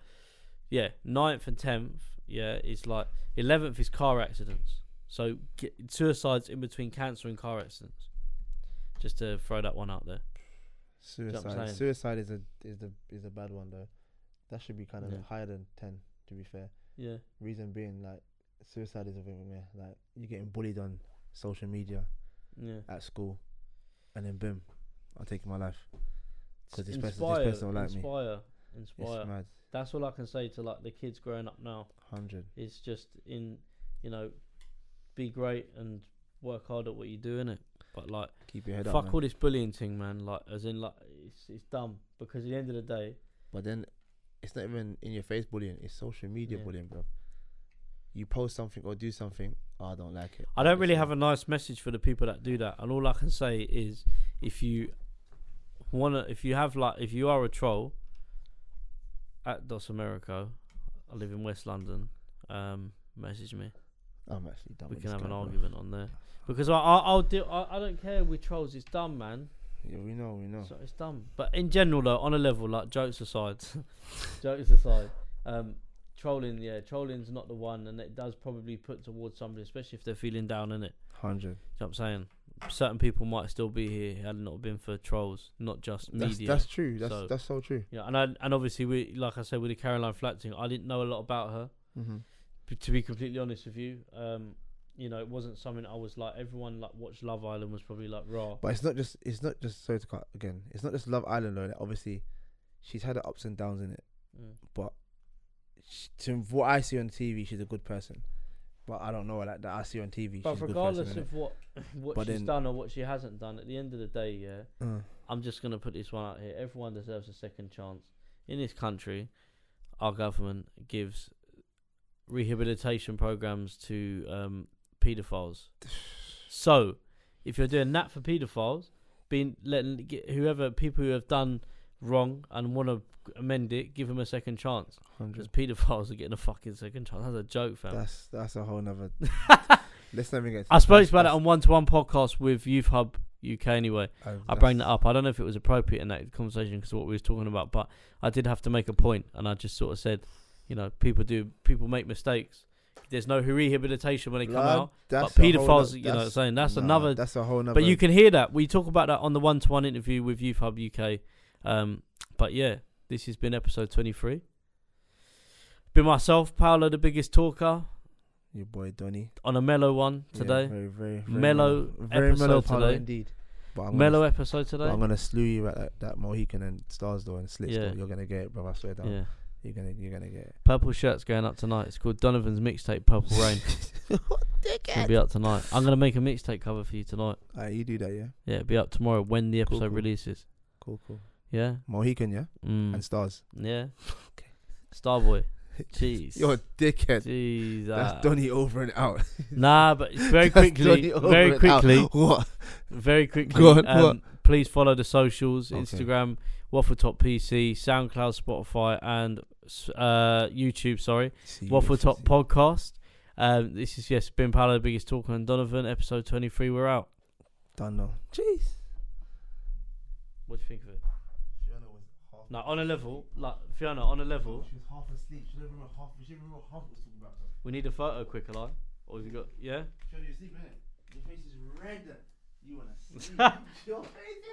[SPEAKER 2] yeah, ninth and tenth, yeah, is like eleventh is car accidents. So ge- suicides in between cancer and car accidents. Just to throw that one out there. what I'm
[SPEAKER 1] Suicide.
[SPEAKER 2] saying?
[SPEAKER 1] Suicide is a is the is a bad one though. That should be kind of
[SPEAKER 2] Yeah.
[SPEAKER 1] higher than ten. To be fair,
[SPEAKER 2] Yeah.
[SPEAKER 1] reason being like suicide is a thing. Yeah, like you're getting bullied on social media
[SPEAKER 2] Yeah.
[SPEAKER 1] at school, and then boom, I'm taking my life. 'Cause this person- this
[SPEAKER 2] inspire,
[SPEAKER 1] person don't like me.
[SPEAKER 2] inspire,
[SPEAKER 1] It's
[SPEAKER 2] inspire.
[SPEAKER 1] mad.
[SPEAKER 2] That's all I can say to like the kids growing up now.
[SPEAKER 1] Hundred.
[SPEAKER 2] Is just in, you know, be great and work hard at what you do in it. But like,
[SPEAKER 1] Keep your head
[SPEAKER 2] fuck
[SPEAKER 1] up. man.
[SPEAKER 2] all this bullying thing, man. Like, as in, like, it's it's dumb because at the end of the day,
[SPEAKER 1] But then it's not even in your face bullying. It's social media
[SPEAKER 2] Yeah.
[SPEAKER 1] bullying, bro. You post something or do something. "Oh, I don't like it.
[SPEAKER 2] I don't really
[SPEAKER 1] Listen,
[SPEAKER 2] have a nice message for the people that do that. And all I can say is, if you wanna, if you have like, if you are a troll, at Dos Americo, I live in West London. Um, message me.
[SPEAKER 1] I'm actually done.
[SPEAKER 2] we
[SPEAKER 1] with
[SPEAKER 2] can
[SPEAKER 1] this
[SPEAKER 2] have
[SPEAKER 1] guy,
[SPEAKER 2] an
[SPEAKER 1] bro.
[SPEAKER 2] argument on there because I, I I'll do I, I don't care with trolls. It's dumb, man.
[SPEAKER 1] Yeah, we know. We know.
[SPEAKER 2] So it's dumb. But in general, though, on a level, like jokes aside, jokes aside, um, trolling, yeah, trolling's not the one, and it does probably put towards somebody, especially if they're feeling down in it. You
[SPEAKER 1] Hundred.
[SPEAKER 2] know what I'm saying? Certain people might still be here had it not been for trolls, not just
[SPEAKER 1] That's,
[SPEAKER 2] media.
[SPEAKER 1] that's true. That's
[SPEAKER 2] So-
[SPEAKER 1] that's so true.
[SPEAKER 2] you know, and I, and obviously we like I said with the Caroline Flack thing, I didn't know a lot about her.
[SPEAKER 1] Mm-hmm.
[SPEAKER 2] b- to be completely honest with you, um, you know, it wasn't something I was like. Everyone like watched Love Island was probably like raw.
[SPEAKER 1] But it's not just it's not just sorry to cut again. It's not just Love Island though. Like, obviously, she's had her ups and downs in it.
[SPEAKER 2] Mm.
[SPEAKER 1] She, to what I see on TV, she's a good person. But I don't know like that. I see on TV,
[SPEAKER 2] But
[SPEAKER 1] she's a good
[SPEAKER 2] regardless
[SPEAKER 1] person.
[SPEAKER 2] of what what
[SPEAKER 1] But
[SPEAKER 2] she's
[SPEAKER 1] then-
[SPEAKER 2] done or what she hasn't done, at the end of the day, yeah,
[SPEAKER 1] innit? Uh,
[SPEAKER 2] I'm just gonna put this one out here. Everyone deserves a second chance. In this country, our government gives rehabilitation programs to um, paedophiles.
[SPEAKER 1] Mm.
[SPEAKER 2] So, if you're doing that for paedophiles, being letting get whoever people who have done wrong and want to amend it, give them a second chance. Because
[SPEAKER 1] hundred.
[SPEAKER 2] paedophiles are getting a fucking second chance. That's a joke, fam.
[SPEAKER 1] That's that's a whole nother. Let's not even get.
[SPEAKER 2] I spoke
[SPEAKER 1] that's-
[SPEAKER 2] about it
[SPEAKER 1] that's-
[SPEAKER 2] on one to one podcast with Youth Hub UK anyway. I
[SPEAKER 1] that's-
[SPEAKER 2] bring that up. I don't know if it was appropriate in that conversation because what we was talking about, but I did have to make a point, and I just sort of said, you know, people do people make mistakes. There's no rehabilitation when they come
[SPEAKER 1] Blood,
[SPEAKER 2] out,
[SPEAKER 1] that's
[SPEAKER 2] but
[SPEAKER 1] a
[SPEAKER 2] paedophiles,
[SPEAKER 1] whole noth-
[SPEAKER 2] you know, what I'm saying that's
[SPEAKER 1] nah,
[SPEAKER 2] another.
[SPEAKER 1] That's a whole nother.
[SPEAKER 2] but you can hear that we talk about that on the one-to-one interview with Youth Hub UK. Um, but yeah, this has been episode 23. Been myself, Paolo, the biggest talker,
[SPEAKER 1] your boy Donny
[SPEAKER 2] on a mellow one
[SPEAKER 1] Yeah,
[SPEAKER 2] today,
[SPEAKER 1] very, very, very
[SPEAKER 2] Mellow
[SPEAKER 1] very mellow
[SPEAKER 2] episode
[SPEAKER 1] Paolo
[SPEAKER 2] today.
[SPEAKER 1] indeed. But I'm gonna
[SPEAKER 2] mellow episode
[SPEAKER 1] But
[SPEAKER 2] today.
[SPEAKER 1] I'm gonna slew you at that, that Mohican and Stars door and Slits
[SPEAKER 2] Yeah.
[SPEAKER 1] door. You're gonna get it, bro. I swear down.
[SPEAKER 2] Yeah,
[SPEAKER 1] You're gonna you're gonna get it.
[SPEAKER 2] purple shirt's going up tonight. It's called Donovan's mixtape, Purple Rain. It's gonna be up tonight. I'm gonna make a mixtape cover for you tonight.
[SPEAKER 1] Alright, you do that, yeah.
[SPEAKER 2] Yeah, it'll be up tomorrow when the
[SPEAKER 1] Cool,
[SPEAKER 2] episode
[SPEAKER 1] cool.
[SPEAKER 2] releases.
[SPEAKER 1] Cool, cool.
[SPEAKER 2] Yeah.
[SPEAKER 1] Mohican, yeah,
[SPEAKER 2] Mm.
[SPEAKER 1] and Stars.
[SPEAKER 2] yeah.
[SPEAKER 1] Okay.
[SPEAKER 2] Starboy. Jeez.
[SPEAKER 1] You're a dickhead.
[SPEAKER 2] Jeez.
[SPEAKER 1] That's
[SPEAKER 2] ah.
[SPEAKER 1] Donny over and out.
[SPEAKER 2] Nah, but it's very
[SPEAKER 1] That's
[SPEAKER 2] quickly,
[SPEAKER 1] Donny over
[SPEAKER 2] very
[SPEAKER 1] and out.
[SPEAKER 2] quickly,
[SPEAKER 1] What?
[SPEAKER 2] very quickly.
[SPEAKER 1] Go on,
[SPEAKER 2] um, Please follow the socials:
[SPEAKER 1] Okay.
[SPEAKER 2] Instagram, Waffle Top PC, SoundCloud, Spotify, and s- uh, YouTube. Sorry.
[SPEAKER 1] See you
[SPEAKER 2] Waffle
[SPEAKER 1] later,
[SPEAKER 2] Top
[SPEAKER 1] see you.
[SPEAKER 2] Podcast. Um, this is yes, Ben Paolo, the biggest talker, and Donovan, episode twenty-three. We're out.
[SPEAKER 1] Don't know. Jeez.
[SPEAKER 2] What do you think of it? No, on a level, like Fiona, on a level,
[SPEAKER 1] She was half asleep. She didn't remember half. She didn't remember half what was talking about.
[SPEAKER 2] we need a photo quicker, like. Or have you got? Yeah.
[SPEAKER 1] She was asleep, innit? Your face is red. You wanna sleep? Your face is